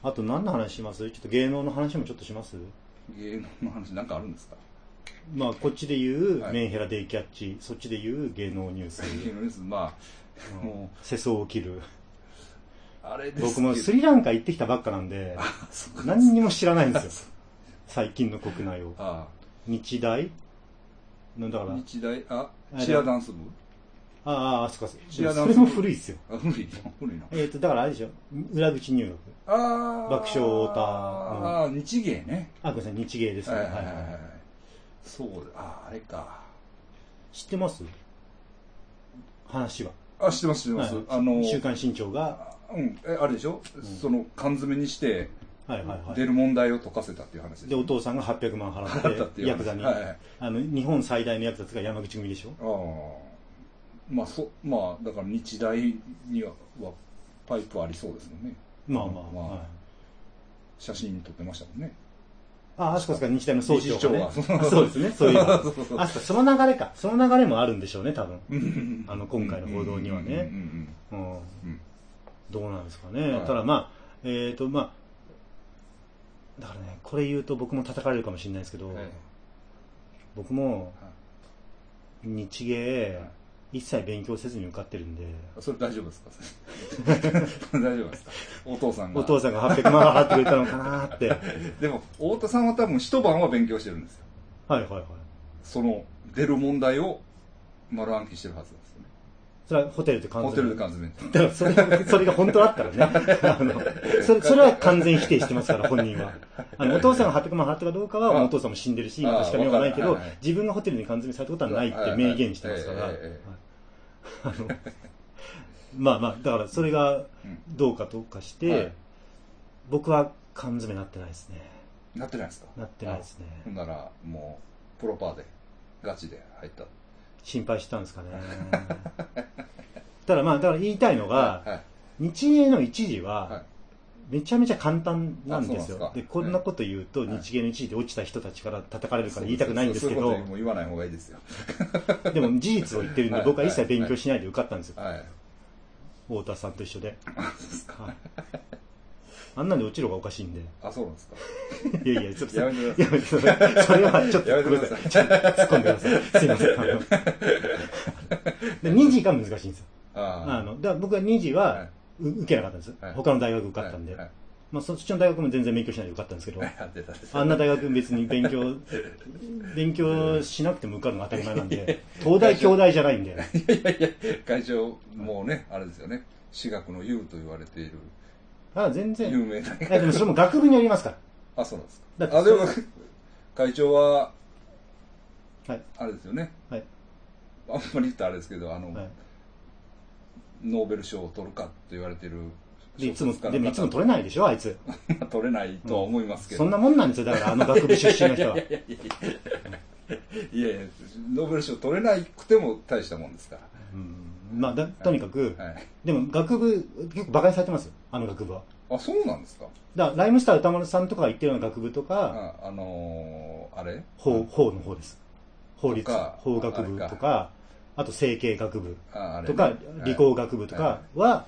Speaker 1: あと何の話しますちょっと芸能の話もちょっとします
Speaker 2: うん芸能の話なんかあるんですか
Speaker 1: まあこっちで言
Speaker 2: は
Speaker 1: う
Speaker 2: い
Speaker 1: メンヘラデイキャッチ、そっちで言う芸能ニュース。
Speaker 2: 芸能ニュースまあ
Speaker 1: うん
Speaker 2: も
Speaker 1: 世相を切る。
Speaker 2: うあれですけど
Speaker 1: 僕もスリランカ行ってきたばっかなんで、
Speaker 2: あそうか
Speaker 1: 何にも知らないんですよ。最近の国内を。
Speaker 2: あ
Speaker 1: 日大のだか
Speaker 2: あ
Speaker 1: ら、
Speaker 2: 日大あ
Speaker 1: あれ
Speaker 2: チアダンス部
Speaker 1: ああ、あそこそ
Speaker 2: 知ら
Speaker 1: こ。
Speaker 2: ない
Speaker 1: それも古いですよ。
Speaker 2: あ古いな古いな
Speaker 1: えっ、と、だからあれでしょ。裏口入学。
Speaker 2: ああ
Speaker 1: 爆笑太田
Speaker 2: ああ日芸ね
Speaker 1: あ、ごめんなさい、日芸ですね。
Speaker 2: は
Speaker 1: はいい
Speaker 2: はい
Speaker 1: は
Speaker 2: はいいはい
Speaker 1: はい。
Speaker 2: そうだああれか
Speaker 1: 知ってます話は。
Speaker 2: あ知ってます知ってます、
Speaker 1: はい
Speaker 2: あの
Speaker 1: 週刊新潮が、
Speaker 2: うんえあれでしょ、その缶詰にして
Speaker 1: はいはいは
Speaker 2: 出る問題を解かせたっていう話
Speaker 1: い。
Speaker 2: で
Speaker 1: で、
Speaker 2: しょ
Speaker 1: お父さんが800万
Speaker 2: 払った
Speaker 1: 払
Speaker 2: っ
Speaker 1: ってて、
Speaker 2: いう話
Speaker 1: ヤクザに、
Speaker 2: はいはい
Speaker 1: あの、日本最大のヤクザっていうか山口組でしょ。
Speaker 2: ああまあそまあだから日大にははパイプありそうですもんね
Speaker 1: まあまあ、
Speaker 2: まあ
Speaker 1: はい
Speaker 2: 写真撮ってましたもんね
Speaker 1: あ、あそこですか、日大の総長がね。
Speaker 2: 理事長が
Speaker 1: そうですね、そういうの。
Speaker 2: そうそうそう
Speaker 1: あそこ、その流れか。その流れもあるんでしょうね、多分。
Speaker 2: うん
Speaker 1: あの、今回の報道には
Speaker 2: うんうん
Speaker 1: ね。うん
Speaker 2: うんうん
Speaker 1: どうなんですかね。
Speaker 2: はい
Speaker 1: ただまあ、えっ、とまあ、だからね、これ言うと僕も叩かれるかもしれないですけど、
Speaker 2: うんはい
Speaker 1: 僕も
Speaker 2: は
Speaker 1: 日芸、
Speaker 2: はい
Speaker 1: 一切勉強せずに受かってるんで、
Speaker 2: それ大丈夫ですか 大丈夫ですかお父さんが
Speaker 1: お父さんが800万払ってくれたのかな って。はい
Speaker 2: でも太田さんは多分一晩は勉強してるんですよ
Speaker 1: はいはい。
Speaker 2: その出る問題を丸暗記してるはずなんですよね
Speaker 1: それはホテルで完全
Speaker 2: ホテルで缶詰って
Speaker 1: だからそれがそれが本当だった らねあのそれ、それは完全否定してますから、本人は。あのお父さんが800万払ったかどうかは、
Speaker 2: あ
Speaker 1: もうお父さんも死んでるし、
Speaker 2: あ
Speaker 1: 今確かめようがないけ
Speaker 2: わ
Speaker 1: ど
Speaker 2: かるはいはい、
Speaker 1: 自分がホテルに缶詰されたことはないって明言してますから、
Speaker 2: は
Speaker 1: はいい
Speaker 2: はいはいえ
Speaker 1: あの まあまあ、だからそれが
Speaker 2: うん
Speaker 1: どうかどうかし
Speaker 2: は
Speaker 1: て
Speaker 2: い、
Speaker 1: 僕は缶詰なってないですね。
Speaker 2: なってないですか
Speaker 1: なってないですね
Speaker 2: あほんならもうプロパーでガチで入った
Speaker 1: 心配してたんですかね。ただまあ、だから言いたいのが、
Speaker 2: はい
Speaker 1: 日芸の一時は、
Speaker 2: はい
Speaker 1: めちゃめちゃ簡単なんです
Speaker 2: あそうなん
Speaker 1: よ。
Speaker 2: ですか
Speaker 1: で、こんなこと言うと、
Speaker 2: はい
Speaker 1: 日芸の一時で落ちた人たちから叩かれるから言いたくないんですけ
Speaker 2: そういう
Speaker 1: ど
Speaker 2: こと、もう言わない方がいいですよ
Speaker 1: でも事実を言ってるん
Speaker 2: は
Speaker 1: で、
Speaker 2: い
Speaker 1: 僕は一切勉強しないで受かったんですよ。
Speaker 2: はい
Speaker 1: 太田さんと一緒で。
Speaker 2: あそうですか
Speaker 1: はいあんなんで落ちる方がおかしい んで。
Speaker 2: あそうな んですか
Speaker 1: いやいや、ちょっと、
Speaker 2: やめ てく
Speaker 1: やめてくださいそれはちょっと、
Speaker 2: やめてください
Speaker 1: ごめんなさい。ちょっと突っ込んでください。すいませんあの。で、2時が難しいんですよ。あ
Speaker 2: あ
Speaker 1: の、だから僕は2時
Speaker 2: あは、
Speaker 1: はいう受けなかったんです
Speaker 2: はい。
Speaker 1: 他の大学受かったんで
Speaker 2: はい。はい
Speaker 1: まあ、そっちの大学も全然勉強しないで受かったんですけど。
Speaker 2: あ出た出た
Speaker 1: あんな大学別に勉 強、勉強しなくても受かるのが当たり前なんで、東大、京大じゃないんで、
Speaker 2: いやいや、会長、もうね、あれですよね、私学の優と言われている
Speaker 1: あ全然、
Speaker 2: 有名な、
Speaker 1: いやでもそれも学部によりますか
Speaker 2: あ、そうなんです
Speaker 1: だって
Speaker 2: か。あ、でも、 会長は、
Speaker 1: ら。はい。
Speaker 2: あれですよね、
Speaker 1: はい。
Speaker 2: あんまり言ったらあれですけど、あの、
Speaker 1: はい。
Speaker 2: ノーベル賞を取るかと言われている
Speaker 1: で、いつも、
Speaker 2: 小説家
Speaker 1: でも
Speaker 2: の
Speaker 1: いつ
Speaker 2: 方
Speaker 1: も取れないでしょ、あいつ。
Speaker 2: まあ取れないとは思いますけど、
Speaker 1: そんなもんなんですよ、だからあの学部出身の人 は。
Speaker 2: いやいや、ノーベル賞取れなくても大したもんですか
Speaker 1: うんまあ、だとにかく、
Speaker 2: ら。はい。
Speaker 1: でも学部、結構馬鹿にされてますよ、あの学部は。
Speaker 2: あ、そうなんですか
Speaker 1: だから、ライムスター歌丸さんとかが言ってるような学部とか、
Speaker 2: あ、あのーあれ
Speaker 1: 法、法の方です。法律
Speaker 2: とか、
Speaker 1: 法学部
Speaker 2: あれ
Speaker 1: と
Speaker 2: か
Speaker 1: か、あと整形学部。
Speaker 2: ああれ
Speaker 1: と
Speaker 2: ね
Speaker 1: か、理工学部とかは
Speaker 2: は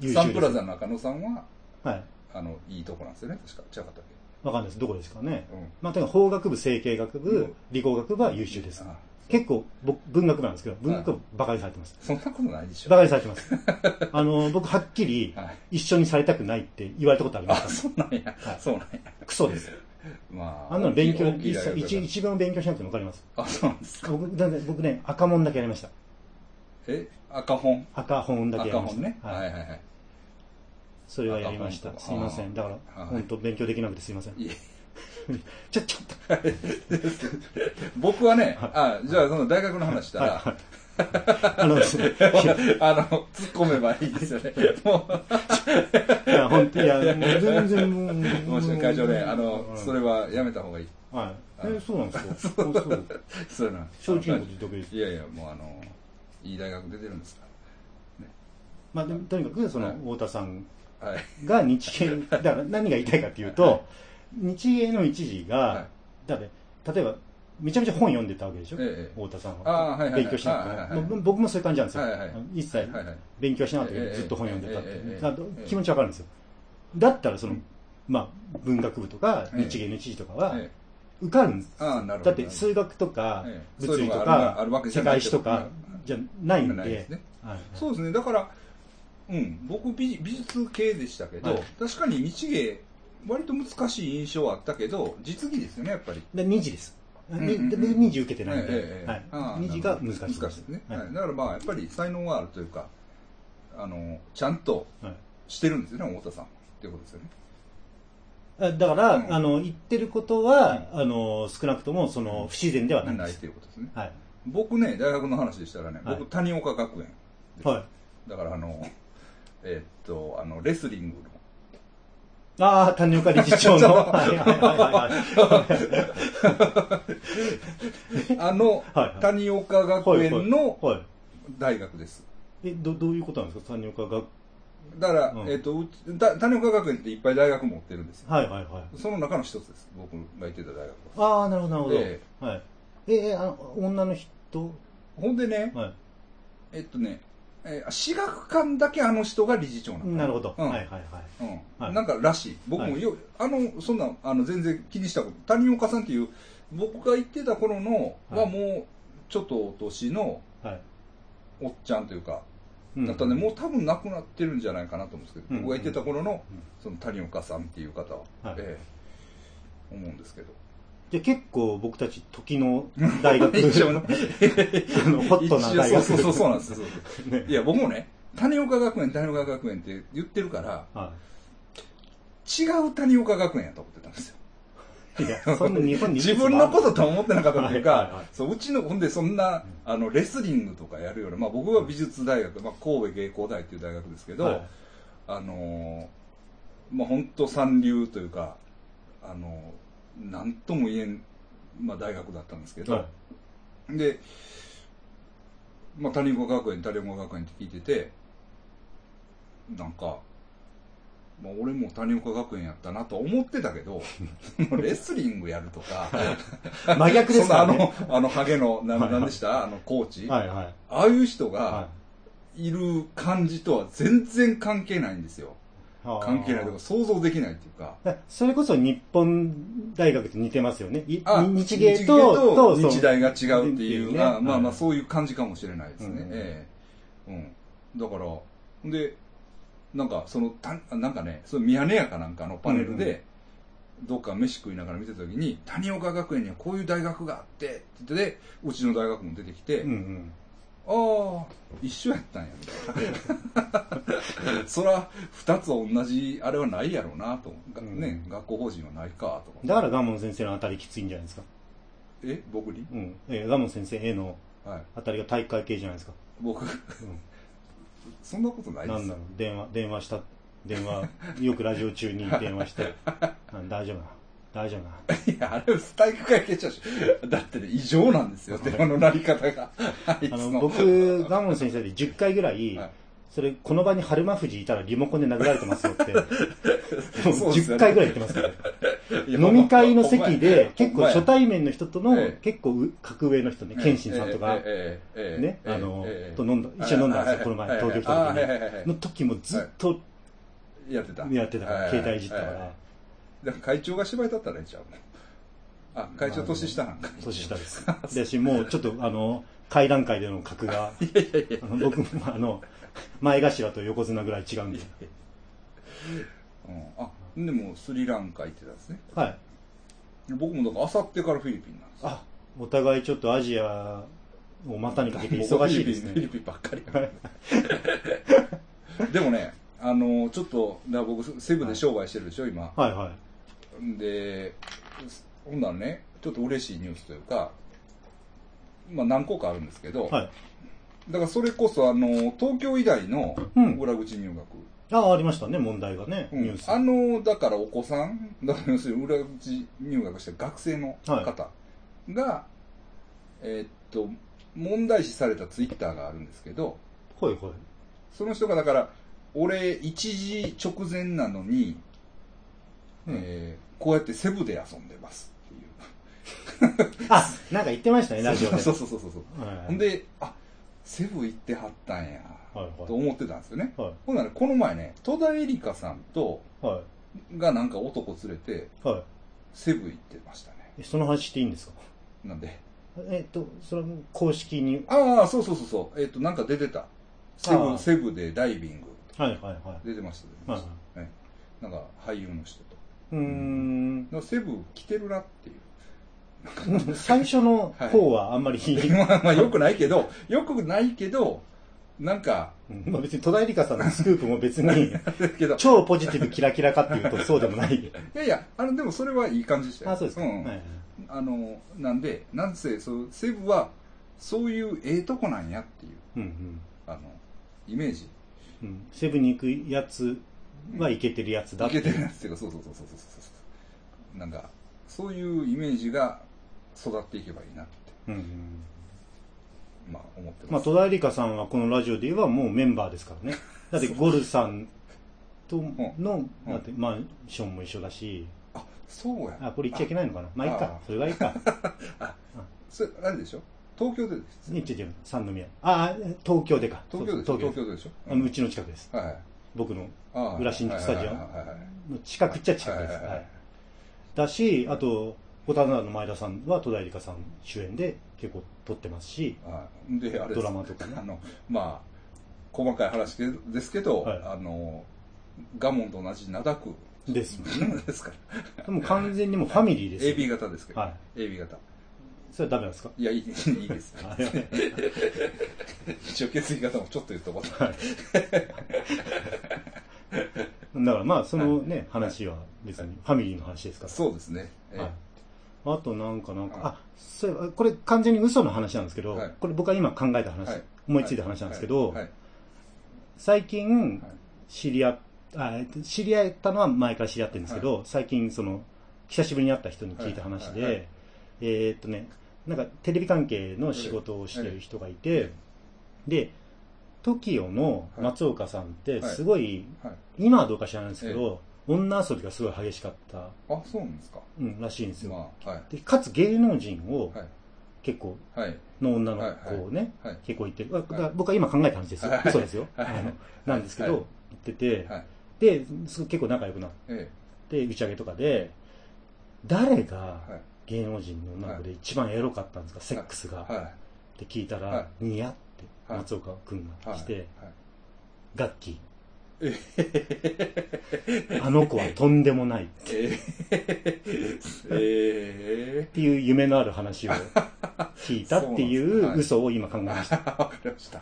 Speaker 2: い
Speaker 1: 優秀です。
Speaker 2: サンプラザの中野さんは、
Speaker 1: はい。
Speaker 2: あの、いいとこなんですよね、確か。違かったっ
Speaker 1: わかんないです。どこですかね
Speaker 2: け。。うん。
Speaker 1: まあ、とにかく法学部、整形学部、
Speaker 2: うん
Speaker 1: 理工学部は優秀です。
Speaker 2: あ
Speaker 1: 結構、僕、文学部なんですけど、文学部馬鹿にされてます。
Speaker 2: そんなことないでしょ。
Speaker 1: 馬鹿にされて ます。あの、僕、はっきり、
Speaker 2: はい。
Speaker 1: 一緒にされたくないって言われたことありま
Speaker 2: あ、
Speaker 1: す
Speaker 2: そうなんや。
Speaker 1: はい
Speaker 2: そうなんや。
Speaker 1: クソです。
Speaker 2: まあ。
Speaker 1: あんなの勉強、
Speaker 2: 大きい
Speaker 1: 一
Speaker 2: 大学だ
Speaker 1: 一一番勉強しなくてもわかります。
Speaker 2: あ、そうなんですか。
Speaker 1: 僕、だって僕ね、赤本だけやりました。
Speaker 2: え、赤本。
Speaker 1: 赤本だけや
Speaker 2: 赤
Speaker 1: りまし
Speaker 2: 本
Speaker 1: た。
Speaker 2: ね。
Speaker 1: は。
Speaker 2: はいはいいはい。
Speaker 1: それはやりました。
Speaker 2: 赤
Speaker 1: すい
Speaker 2: 本と
Speaker 1: ま
Speaker 2: か
Speaker 1: せん。だから、
Speaker 2: はい
Speaker 1: 本当勉強できなくてすいません。
Speaker 2: いえ
Speaker 1: ちょ、ちょっと。
Speaker 2: 僕はね、あ、じゃあその大学の話した
Speaker 1: はい
Speaker 2: ら
Speaker 1: は、いあのですね、いや
Speaker 2: あの、突っ込めばいいです よね。も
Speaker 1: いや、本当いや、もう全然もう。
Speaker 2: う、もう一度会場で、あの、
Speaker 1: はい
Speaker 2: それはやめた方がいい。
Speaker 1: はい。え、そうなんですかそうそう。
Speaker 2: そういうのは。
Speaker 1: 正直なこと言っておくです
Speaker 2: いやいや、もうあの、いい大学出てるんですか
Speaker 1: まあ、でもとにかく、その、
Speaker 2: はい
Speaker 1: 太田さん
Speaker 2: ら。はい。
Speaker 1: が日芸、だから何が言いたいかっていうと、日芸の一時
Speaker 2: は
Speaker 1: が、だって、例えば、めちゃめちゃ本読んでたわけでしょ
Speaker 2: ええ
Speaker 1: 太田さん
Speaker 2: あ
Speaker 1: は
Speaker 2: あはい。はいはい
Speaker 1: 勉強しなくて
Speaker 2: はいはい
Speaker 1: ね
Speaker 2: はい
Speaker 1: もう僕もそういう感じなんですよ
Speaker 2: はいはい。
Speaker 1: 一切
Speaker 2: い。はいはい。
Speaker 1: 勉強しなかったけ
Speaker 2: え
Speaker 1: ど、
Speaker 2: え
Speaker 1: ずっと本読んでたっ
Speaker 2: えええええ
Speaker 1: て
Speaker 2: え。
Speaker 1: だから気持ちわかるんですよ。だったら、その、まあ、文学部とか、
Speaker 2: ええ
Speaker 1: 日芸の一時とかは、
Speaker 2: え
Speaker 1: 受かるんです
Speaker 2: えああ、なるほど。
Speaker 1: だって数学とか
Speaker 2: ええ
Speaker 1: 物理と
Speaker 2: そういうのがある
Speaker 1: か
Speaker 2: あるわけじ
Speaker 1: 世
Speaker 2: ゃない
Speaker 1: 界史とかじゃないん
Speaker 2: ないで
Speaker 1: です
Speaker 2: ね。
Speaker 1: はい
Speaker 2: そうですね、だから、うん、僕美、美術系でしたけど、
Speaker 1: はい
Speaker 2: 確かに日芸、割と難しい印象はあったけど、実技ですよね、やっぱり。
Speaker 1: で2次ですで
Speaker 2: うんうんうん
Speaker 1: で2次受けてないん
Speaker 2: え
Speaker 1: で
Speaker 2: え
Speaker 1: は
Speaker 2: ええああ
Speaker 1: い2次が難しい
Speaker 2: なるほど難しいですね、
Speaker 1: はい
Speaker 2: はいだからまあ、やっぱり才能があるというか、あのちゃんと
Speaker 1: はい
Speaker 2: してるんですよね、太田さんっていうことですよね。
Speaker 1: あだから、
Speaker 2: うん
Speaker 1: あの言ってることは、あの少なくともその不自然ではないんで
Speaker 2: ない
Speaker 1: す
Speaker 2: ということですね。
Speaker 1: はい
Speaker 2: 僕ね、大学の話でしたらね、
Speaker 1: はい
Speaker 2: 僕、谷岡学園です、
Speaker 1: はい
Speaker 2: だからあの、えっと、あのレスリングの。
Speaker 1: ああ谷岡理事長
Speaker 2: ちょ
Speaker 1: の
Speaker 2: っと
Speaker 1: はいはいはいはい
Speaker 2: あの、
Speaker 1: はい
Speaker 2: 谷岡学園の
Speaker 1: は
Speaker 2: 大学です。
Speaker 1: いえどどういうことなんですか谷岡が
Speaker 2: だから、
Speaker 1: うん
Speaker 2: えっと、うちだ谷岡学園っていっぱい大学持ってるんですよ。
Speaker 1: はいはいはい
Speaker 2: その中の一つです。僕が行ってた大学は。
Speaker 1: ああなるほどなるほど、
Speaker 2: え
Speaker 1: はいええあの女の人
Speaker 2: ほんでね、
Speaker 1: はい
Speaker 2: えっとね、えー私学館だけあの人が理事長なの
Speaker 1: なるほど、
Speaker 2: うん
Speaker 1: はいはいはい
Speaker 2: うん
Speaker 1: はい
Speaker 2: なんからしい。僕もよ、あの、そんな、あの、全然気にしたこと。谷岡さんっていう、僕が行ってた頃の
Speaker 1: は
Speaker 2: は、
Speaker 1: い
Speaker 2: もう、ちょっとお年の
Speaker 1: はい
Speaker 2: おっちゃんというか、
Speaker 1: うん
Speaker 2: だったんで、もう多分亡くなってるんじゃないかなと思うんですけど、
Speaker 1: うん
Speaker 2: 僕が行ってた頃の
Speaker 1: うん、
Speaker 2: その谷岡さんっていう方は、
Speaker 1: はい
Speaker 2: ええ思うんです けど。
Speaker 1: じゃあ結構僕たち時 の大学
Speaker 2: 一応ね
Speaker 1: あのホットな大学
Speaker 2: 一応そうそうそうそうなんですよ。
Speaker 1: ね
Speaker 2: いや、僕もね、谷岡学園、谷岡学園って言ってるから、
Speaker 1: は
Speaker 2: 違う谷岡学園やと思ってたんですよ。
Speaker 1: い、いやそんな日本に
Speaker 2: 自分のこととは思ってなかったというか、
Speaker 1: はいはいはい
Speaker 2: そううちの、ほんでそんな、あの、レスリングとかやるような、まあ僕は美術大学、まあ神戸芸工大っていう大学ですけど、
Speaker 1: はい
Speaker 2: あのーまあ本当三流というか、あのーなんとも言えん、まあ大学だったんですけど、
Speaker 1: は
Speaker 2: で、まあ、谷岡学園、谷岡学園って聞いてて、なんか、まあ、俺も谷岡学園やったなと思ってた けど、そのレスリングやるとか、
Speaker 1: い、真逆で
Speaker 2: そ
Speaker 1: す
Speaker 2: の
Speaker 1: か
Speaker 2: あ
Speaker 1: らね
Speaker 2: の、あの、ハゲの、な
Speaker 1: はいはい
Speaker 2: なんでしたあの、コーチ。
Speaker 1: はいはい
Speaker 2: ああいう人が
Speaker 1: はい
Speaker 2: る感じとは全然関係ないんですよ。
Speaker 1: いはあ
Speaker 2: 関係ないというか、想像できないというか。
Speaker 1: だそれこそ日本大学と似てますよねい
Speaker 2: あ
Speaker 1: 日芸と
Speaker 2: 日芸と
Speaker 1: そう
Speaker 2: 日大が違うってい
Speaker 1: っ
Speaker 2: う、
Speaker 1: ていうね
Speaker 2: あまあま
Speaker 1: は
Speaker 2: あ
Speaker 1: い
Speaker 2: そういう感じかもしれないですね、
Speaker 1: うんうん
Speaker 2: ええうん、だからでなんかそのたなんかねそのミヤネ屋かなんかのパネルで、
Speaker 1: うんう
Speaker 2: どっか飯食いながら見てた時に谷岡学園にはこういう大学があってって言ってでうちの大学も出てきて、
Speaker 1: うんうん
Speaker 2: ああ一緒やったんやみた いなそら二つ同じあれはないやろうなと、
Speaker 1: うん
Speaker 2: ね学校法人はないかと
Speaker 1: だから蒲門先生のあたりきついんじゃないですか、
Speaker 2: え僕に、
Speaker 1: うん、え蒲門先生への
Speaker 2: はい
Speaker 1: あたりが体育会系じゃないですか、
Speaker 2: 僕、そんなことないで
Speaker 1: なん
Speaker 2: す
Speaker 1: な
Speaker 2: よ
Speaker 1: の電話電話した電話 よくラジオ中 に電話してうん大丈夫な大丈夫ない
Speaker 2: やあれは体育会系ちゃうしだってね異常なんですよ電話のなり方があいつ
Speaker 1: あ
Speaker 2: の
Speaker 1: の僕、ガモン先生で10回ぐらい、
Speaker 2: はい
Speaker 1: それ、この場に春馬富士いたらリモコンで殴られてますよって、 もう
Speaker 2: そうですよね
Speaker 1: 10回ぐらい言ってますから、
Speaker 2: いや
Speaker 1: 飲み会の席で、
Speaker 2: ほん
Speaker 1: 結
Speaker 2: ま
Speaker 1: 構
Speaker 2: や
Speaker 1: 初対面の人との
Speaker 2: ええ、
Speaker 1: 結構う格上の人ね、謙信さんとか、
Speaker 2: ええええええ
Speaker 1: ね、
Speaker 2: ええ
Speaker 1: あの
Speaker 2: ええ、
Speaker 1: と飲んだ、一緒に飲んだんですよ、この前、東京来た
Speaker 2: あはいはいはい
Speaker 1: 時に。の時もずっと
Speaker 2: やってた
Speaker 1: やってたから、携帯いじったか
Speaker 2: はいはい
Speaker 1: ら、
Speaker 2: だから会長が芝居だったらいいんちゃうあ会長年下なんか
Speaker 1: 年下 です。だし、もうちょっと、あの、会談会での格 が、あの僕も、あの、前頭と横綱ぐらい違うんで。
Speaker 2: うんあでもスリランカ行ってたんですね
Speaker 1: はい。
Speaker 2: 僕もだからあさってからフィリピンなんですよ
Speaker 1: あお互いちょっとアジアを股にかけて忙しいです
Speaker 2: フィリ
Speaker 1: ね。
Speaker 2: ピンばっかりや でもねあのちょっとだから僕セブで商売してるでしょ今
Speaker 1: はいはい。
Speaker 2: でほんならねちょっと嬉しいニュースというかまあ何個かあるんですけど、
Speaker 1: はい。
Speaker 2: だからそれこそあの東京医大の
Speaker 1: うん
Speaker 2: 裏口入学、
Speaker 1: ああ、ありましたね、問題がね、
Speaker 2: うん
Speaker 1: ニュース。
Speaker 2: あのだからお子さんだから要するに裏口入学した学生の方が、えーっと問題視されたツイッターがあるんですけど
Speaker 1: ほいほい。
Speaker 2: その人がだから俺一時直前なのに、えーこうやってセブで遊んでますっていう
Speaker 1: あ、なんか言ってましたね、ラジオで。
Speaker 2: そうそうそうそうそう
Speaker 1: はい
Speaker 2: ほんであセブ行ってはったんや、
Speaker 1: はい
Speaker 2: と思ってたんですよね
Speaker 1: はい。
Speaker 2: ほんならこの前ね戸田恵梨香さんと
Speaker 1: はい。はい。
Speaker 2: がなんか男連れて
Speaker 1: はい。
Speaker 2: セブ行ってましたね
Speaker 1: えその話していいんですか
Speaker 2: なんで
Speaker 1: えっと、それは公式に。
Speaker 2: ああそうそうそうそうえっ、となんか出てたセ
Speaker 1: あ
Speaker 2: ブ
Speaker 1: あ
Speaker 2: セブでダイビング
Speaker 1: はいはいは
Speaker 2: 出てました出て
Speaker 1: い。
Speaker 2: ま
Speaker 1: はい
Speaker 2: し。た、はいなんか俳優の人と
Speaker 1: うーん。
Speaker 2: だからセブ来てるなっていう
Speaker 1: 最初の方はあんまり、
Speaker 2: まあまあよくないけどよくないけどなんか
Speaker 1: うん まあ別に戸田恵梨香さんのスクープも別 に、
Speaker 2: だけど
Speaker 1: 超ポジティブキラキラかっていうとそうでもない。
Speaker 2: いやいやあのでもそれはいい感じでしたよ
Speaker 1: あ、そうですか。
Speaker 2: ん
Speaker 1: はい
Speaker 2: あのなんでなんせそうセブはそういうええとこなんやっていう
Speaker 1: うんうん
Speaker 2: あのイメージ
Speaker 1: うんセブンに行くやつはイケてるやつだ
Speaker 2: い
Speaker 1: って
Speaker 2: けてるやつっていうかそうそうそうそうそうそうそうなんかそういうイメージが育っていけばいいなって
Speaker 1: うんうん
Speaker 2: まあ思って
Speaker 1: ま
Speaker 2: ま
Speaker 1: あ、
Speaker 2: す、
Speaker 1: 戸田恵梨香さんはこのラジオで言えばもうメンバーです からね。だってゴルさんとの、
Speaker 2: うん
Speaker 1: だってマンションも一緒だし、
Speaker 2: あ、そうや
Speaker 1: あ、これ言っちゃいけないのかな。まあいいか
Speaker 2: あ。
Speaker 1: それがいいか。
Speaker 2: それあれでしょ東京でです
Speaker 1: ね、違う違う、三宮。ああ、東京でか。
Speaker 2: 東京でし
Speaker 1: そ
Speaker 2: ょ
Speaker 1: う東京
Speaker 2: 東京でしょ
Speaker 1: あの、うちの近くです。
Speaker 2: はいはい
Speaker 1: 僕の
Speaker 2: ああ
Speaker 1: 裏新宿スタジオ
Speaker 2: はいはいはいはいはい
Speaker 1: 近くっちゃ近くです。
Speaker 2: はいはい
Speaker 1: は
Speaker 2: はい
Speaker 1: い。だし、あと、ホタルナの前田さんは戸田恵梨香さん主演で結構撮ってますし、
Speaker 2: はいであれです
Speaker 1: ドラマとかね
Speaker 2: あのまあ細かい話けどですけど、
Speaker 1: はい
Speaker 2: あのガモンと同じ灘区
Speaker 1: ですもんね。
Speaker 2: ですから
Speaker 1: もう完全にもうファミリーですよ。
Speaker 2: AB 型ですけど、
Speaker 1: は
Speaker 2: AB 型
Speaker 1: それはダメなんですか
Speaker 2: いやいいいいです
Speaker 1: あいや
Speaker 2: 一応血液型もちょっと言っとこう
Speaker 1: だからまあそのね、話は別にファミリーの話ですか
Speaker 2: そうですね、え
Speaker 1: ら、はい、あとなんかなんか、
Speaker 2: はい
Speaker 1: あそういえばこれ完全に嘘の話なんですけど、
Speaker 2: はい
Speaker 1: これ僕は今考えた話、
Speaker 2: はい
Speaker 1: 思いついた話なんですけど、
Speaker 2: はいはい
Speaker 1: 最近
Speaker 2: はい
Speaker 1: 知り合っあえっと知り合ったのは前から知り合ってるんですけど、最近その久しぶりに会った人に聞いた話で、
Speaker 2: はいはいはい
Speaker 1: えーっとねなんかテレビ関係の仕事をしてる人がいて、で TOKIO の松岡さんってすごい
Speaker 2: はい
Speaker 1: 今はどうか知らないんですけど、女遊びがすごい激しかった、
Speaker 2: あそうなんですか
Speaker 1: うん、らしいんですよ、
Speaker 2: まあはい
Speaker 1: でかつ芸能人を
Speaker 2: はい
Speaker 1: 結構
Speaker 2: はい
Speaker 1: の女の子をね、
Speaker 2: はい
Speaker 1: 結構言ってる、だから僕は今考えた話ですよ、
Speaker 2: はい
Speaker 1: 嘘ですよ、
Speaker 2: はい
Speaker 1: あのなんですけど、
Speaker 2: はい
Speaker 1: 言ってて、
Speaker 2: はい
Speaker 1: ですごい結構仲良くなっ
Speaker 2: え
Speaker 1: て打ち上げとかで誰が
Speaker 2: えはい
Speaker 1: 芸能人の女の子で一番エロかったんですか、セックスが、
Speaker 2: はいはい
Speaker 1: って聞いたら、
Speaker 2: は
Speaker 1: ニヤって
Speaker 2: はい
Speaker 1: 松岡君が
Speaker 2: はい
Speaker 1: して、
Speaker 2: はい
Speaker 1: ガッキーあの子はとんでもないっ
Speaker 2: えええ
Speaker 1: ていう夢のある話を聞いたってい
Speaker 2: そうなん
Speaker 1: う
Speaker 2: です
Speaker 1: 嘘を今考えました
Speaker 2: えわかりました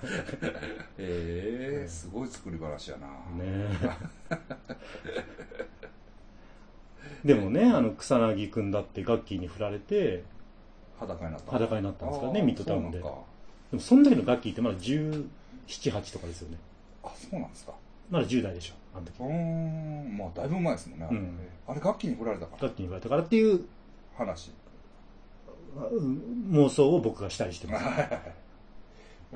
Speaker 2: ええすごい作り話やな、
Speaker 1: ね でもねあの草薙君だってガッキーに振られて
Speaker 2: 裸になった
Speaker 1: 裸になったんですからね
Speaker 2: あー
Speaker 1: ミッドタウンで
Speaker 2: そ
Speaker 1: で
Speaker 2: うなんか
Speaker 1: もその時のガッキーってまだ1718とかですよね
Speaker 2: あそうなんですか
Speaker 1: まだ10代でしょあの時
Speaker 2: うーんまあだいぶ前ですもんねあれ,、
Speaker 1: うん
Speaker 2: あれ楽器に振られたか
Speaker 1: ガ
Speaker 2: ら
Speaker 1: ッキーに振られたからっていう
Speaker 2: 話
Speaker 1: うん妄想を僕がしたりしてます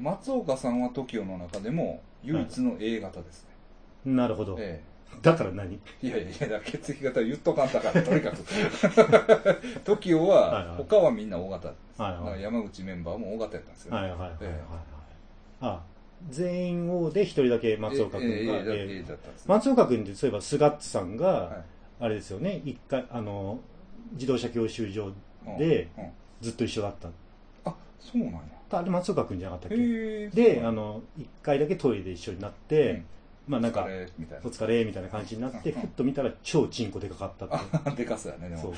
Speaker 2: 松岡さんは TOKIO の中でも唯一の A 型ですね、
Speaker 1: なるほど
Speaker 2: え
Speaker 1: だから何
Speaker 2: えいやいやいやだから血液型言っとかんだからとにかく TOKIO
Speaker 1: はいは
Speaker 2: はい他はみんな O 型です、
Speaker 1: はいはい
Speaker 2: だから山口メンバーも O 型やったんですよ、
Speaker 1: はいはいはいはい、はい
Speaker 2: ええ
Speaker 1: あ全員 O で一人だけ松岡君が、
Speaker 2: ええええ
Speaker 1: ええ
Speaker 2: A だったんですね、
Speaker 1: 松岡君ってそういえばスガッツさんが、
Speaker 2: はい
Speaker 1: あれですよね一回あの自動車教習所で
Speaker 2: うんうん
Speaker 1: ずっと一緒だった、
Speaker 2: あそうなんや
Speaker 1: あれ松岡君じゃなかったっけ
Speaker 2: へえ
Speaker 1: であの一回だけトイレで一緒になって、
Speaker 2: うん
Speaker 1: まあなんか
Speaker 2: 疲れみたい
Speaker 1: お疲れみたいな感じにな って、
Speaker 2: うん
Speaker 1: ふっと見たら超チンコでかかったって
Speaker 2: な でかすやねでも
Speaker 1: そう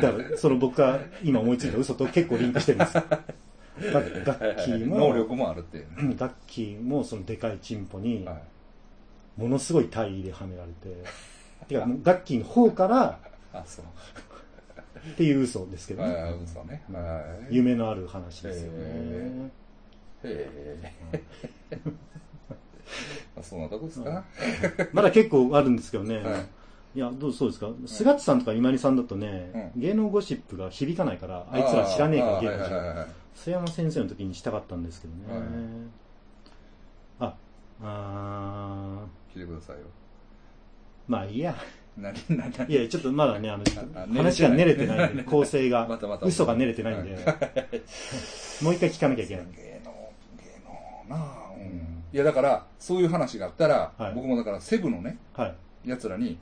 Speaker 1: だからその僕が今思いついた嘘と結構リンクしてるんですよだってガッキーも
Speaker 2: 能力もあるっていうね、
Speaker 1: うんガッキーもそのでかいチンポに
Speaker 2: はい
Speaker 1: ものすごい体位ではめられて、てかもうガッキーの方から
Speaker 2: あそう
Speaker 1: っていう嘘ですけど
Speaker 2: はい
Speaker 1: ね、
Speaker 2: はい嘘ね、はい
Speaker 1: 夢のある話ですよね、
Speaker 2: へへえ。まあそんなとこですか、
Speaker 1: うんまだ結構あるんですけどね。
Speaker 2: はい。
Speaker 1: いや、どう、そうですか菅地さんとか今里さんだとね、
Speaker 2: う
Speaker 1: 芸能ゴシップが響かないから、あいつら知らねえから
Speaker 2: あー
Speaker 1: 芸
Speaker 2: はい
Speaker 1: 能
Speaker 2: は
Speaker 1: 人
Speaker 2: いはいはい
Speaker 1: 須山先生の時にしたかったんですけどね。
Speaker 2: はい
Speaker 1: あ、あー
Speaker 2: 聞いてくださいよ。
Speaker 1: まあいいや。
Speaker 2: 何、何、何
Speaker 1: いや、ちょっとまだね、あの、
Speaker 2: あ
Speaker 1: 話が練れてないんで、構成が
Speaker 2: またま、た
Speaker 1: 嘘が練れてないんで、もう一回聞かなきゃいけない。
Speaker 2: 芸能、芸能なあ、うんいやだから、そういう話があったら、
Speaker 1: はい
Speaker 2: 僕もだからセブのね、
Speaker 1: はい、
Speaker 2: やつらに、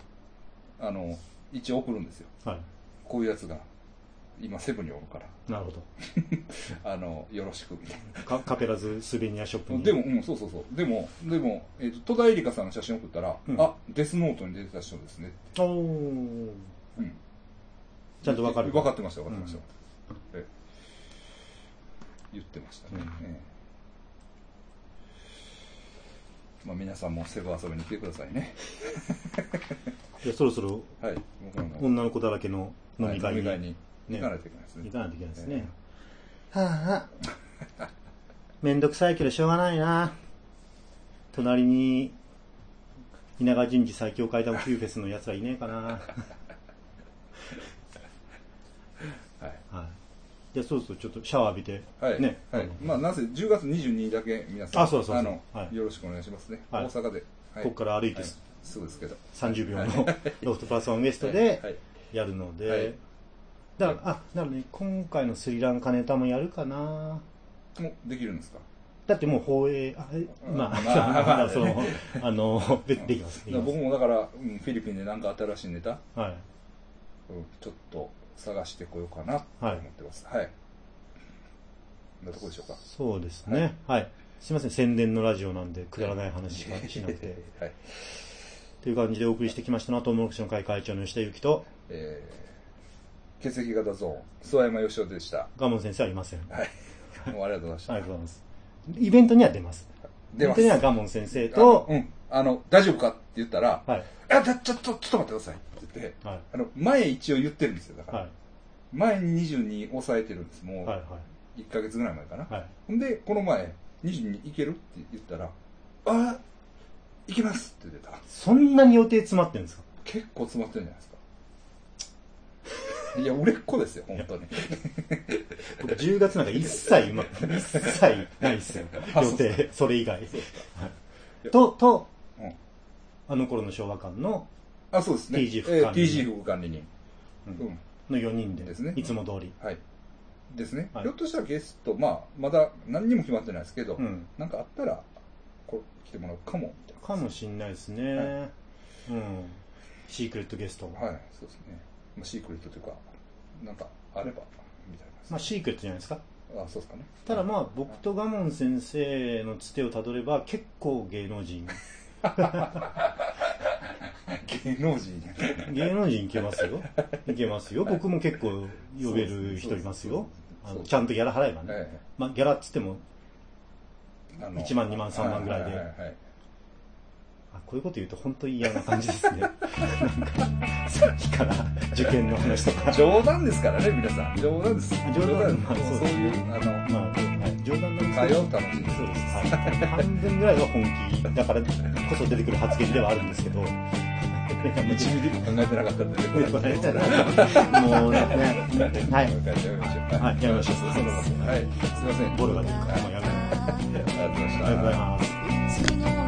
Speaker 2: あの、一応送るんですよ。
Speaker 1: はい。
Speaker 2: こういうやつが、今セブにおるから、
Speaker 1: なるほど。
Speaker 2: あの、よろしくみたい
Speaker 1: かカペラズスベニアショップ
Speaker 2: な。
Speaker 1: に。
Speaker 2: でも、うん、そうそうそう。でも、でも、えっ、と、戸田恵梨香さんの写真送ったら、
Speaker 1: うん
Speaker 2: あ、デスノートに出てた人ですね。
Speaker 1: おー、
Speaker 2: うん。
Speaker 1: ちゃんとわかる。
Speaker 2: 分かってました、分かってました
Speaker 1: うん。
Speaker 2: え言ってましたね。
Speaker 1: うん
Speaker 2: ええまあ、皆さんもセブ遊びに来てくださいね。
Speaker 1: いやそろそろ
Speaker 2: はい。僕らも
Speaker 1: 女の子だらけの飲み会に
Speaker 2: は
Speaker 1: 行
Speaker 2: い飲み会に行かないといけないですね。
Speaker 1: かないといけないですね。はあ、 めんどくさいけどしょうがないな。隣に、稲川淳二最強階段フューフェスのやつはいねえかな。
Speaker 2: はい。
Speaker 1: はい。じゃあ、そうそう、ちょっとシャワー浴びて。
Speaker 2: はい。
Speaker 1: ね。
Speaker 2: はい。まあ、なんせ10月22日だけ皆さん、
Speaker 1: あそうそうそう
Speaker 2: あの、
Speaker 1: はい
Speaker 2: よろしくお願いしますね。
Speaker 1: はい
Speaker 2: 大阪で。はい
Speaker 1: ここから歩いて
Speaker 2: はいすぐですけど。
Speaker 1: 30秒のロフトパーソンウエスト
Speaker 2: は
Speaker 1: で
Speaker 2: い。
Speaker 1: やるの
Speaker 2: は
Speaker 1: で
Speaker 2: い。
Speaker 1: だから、あ、だからね、今回のスリランカネタもやるかな。
Speaker 2: もうできるんですか
Speaker 1: だってもう放映、あえまあ、
Speaker 2: まあ
Speaker 1: まあ、その、あの、 でできます。でき
Speaker 2: だから
Speaker 1: ます
Speaker 2: 僕もだから、うんフィリピンでなんか新しいネタ、
Speaker 1: はい。
Speaker 2: うんちょっと探してこようかなと思ってます。はい。こんなとこでしょうか。
Speaker 1: そうですね。はい。すいません、宣伝のラジオなんで、くだらない話しかしなくて。
Speaker 2: はい。
Speaker 1: という感じでお送りしてきましたのは、トウモロコシの会会長の吉田ゆきと、
Speaker 2: えー、血液型ゾーン、諏訪山義雄でした。
Speaker 1: ガモン先生はいません。あ
Speaker 2: はい。もうありがとうございま
Speaker 1: り
Speaker 2: し
Speaker 1: がと
Speaker 2: た。
Speaker 1: うございます。イベントには出ます。
Speaker 2: では
Speaker 1: イベントにはガモン先生と
Speaker 2: あ、のうん。あの、大丈夫かって言ったら、
Speaker 1: はい。
Speaker 2: あ、ちょ、ちょ、ちょ、ちょっと待ってください。って言って、
Speaker 1: はい。
Speaker 2: あの、前一応言ってるんですよ。だから、
Speaker 1: はい。
Speaker 2: 前に22抑えてるんです。も
Speaker 1: はい。は
Speaker 2: う、1ヶ月ぐらい前かな。
Speaker 1: い。はい。
Speaker 2: ほんで、この前、22いけるって言ったら、あ、いけますって言ってた。
Speaker 1: そんなに予定詰まってるんですか
Speaker 2: 結構詰まってるんじゃないですか。いや、売れっ子ですよ、本当に。
Speaker 1: 僕10月なんか一切、ま、一切ないですよ。
Speaker 2: あ
Speaker 1: 予
Speaker 2: そうで
Speaker 1: 定、それ以外。はいと、と、
Speaker 2: うん
Speaker 1: あの頃の昭和館の、
Speaker 2: あ、そうですね。
Speaker 1: TG 副
Speaker 2: えー
Speaker 1: 管理人
Speaker 2: TG 副管理人。
Speaker 1: う
Speaker 2: うんん。
Speaker 1: の4人で、
Speaker 2: ですね
Speaker 1: いつも通り。
Speaker 2: はい。ですね。
Speaker 1: はい
Speaker 2: ひょっとしたらゲスト、まあ、まだ何にも決まってないですけど、
Speaker 1: うん。
Speaker 2: なんかあったら、こう来てもらうかも、みたい
Speaker 1: かもしんないですね。
Speaker 2: は
Speaker 1: うん。シークレットゲスト。
Speaker 2: な。はい、そうですね。まあ、シークレットというか、なんかあれば、みたいな。
Speaker 1: まあ、シークレットじゃないですか。
Speaker 2: あ、そうですかね。
Speaker 1: ただまあ、僕とガモン先生のつてをたどれば、結構芸能 人、
Speaker 2: 芸能人
Speaker 1: 芸能人いけますよ。いけますよ。僕も結構呼べる人いますよ。あのちゃんとギャラ払えばね。
Speaker 2: え
Speaker 1: まあ、ギャラっつっても、
Speaker 2: えあの
Speaker 1: 1万2万3万ぐらいで
Speaker 2: ははははい
Speaker 1: あこういうこと言うと本当に嫌な感じですね。なん か、さっきから受験の話とか。
Speaker 2: 冗談ですからね、皆さん。冗談です。
Speaker 1: 冗談
Speaker 2: 冗
Speaker 1: まあ
Speaker 2: そういう、あの、
Speaker 1: まあ、はい冗談なんですけ
Speaker 2: 会
Speaker 1: ど
Speaker 2: 話。を楽しんで
Speaker 1: そうです。はい、半分ぐらいは本気だからこそ出てくる発言ではあるんですけ ど。
Speaker 2: 1ミリも考えてなかったんでね、これはね。
Speaker 1: もうね、は
Speaker 2: もう
Speaker 1: い。
Speaker 2: 一回やりましょう。
Speaker 1: はいやりましょう
Speaker 2: そうそうそうはい。すいません。
Speaker 1: ボロが出るから、もうやめ
Speaker 2: ありがとうございまし
Speaker 1: ありがとうござい
Speaker 2: た。
Speaker 1: ます。
Speaker 3: It's been a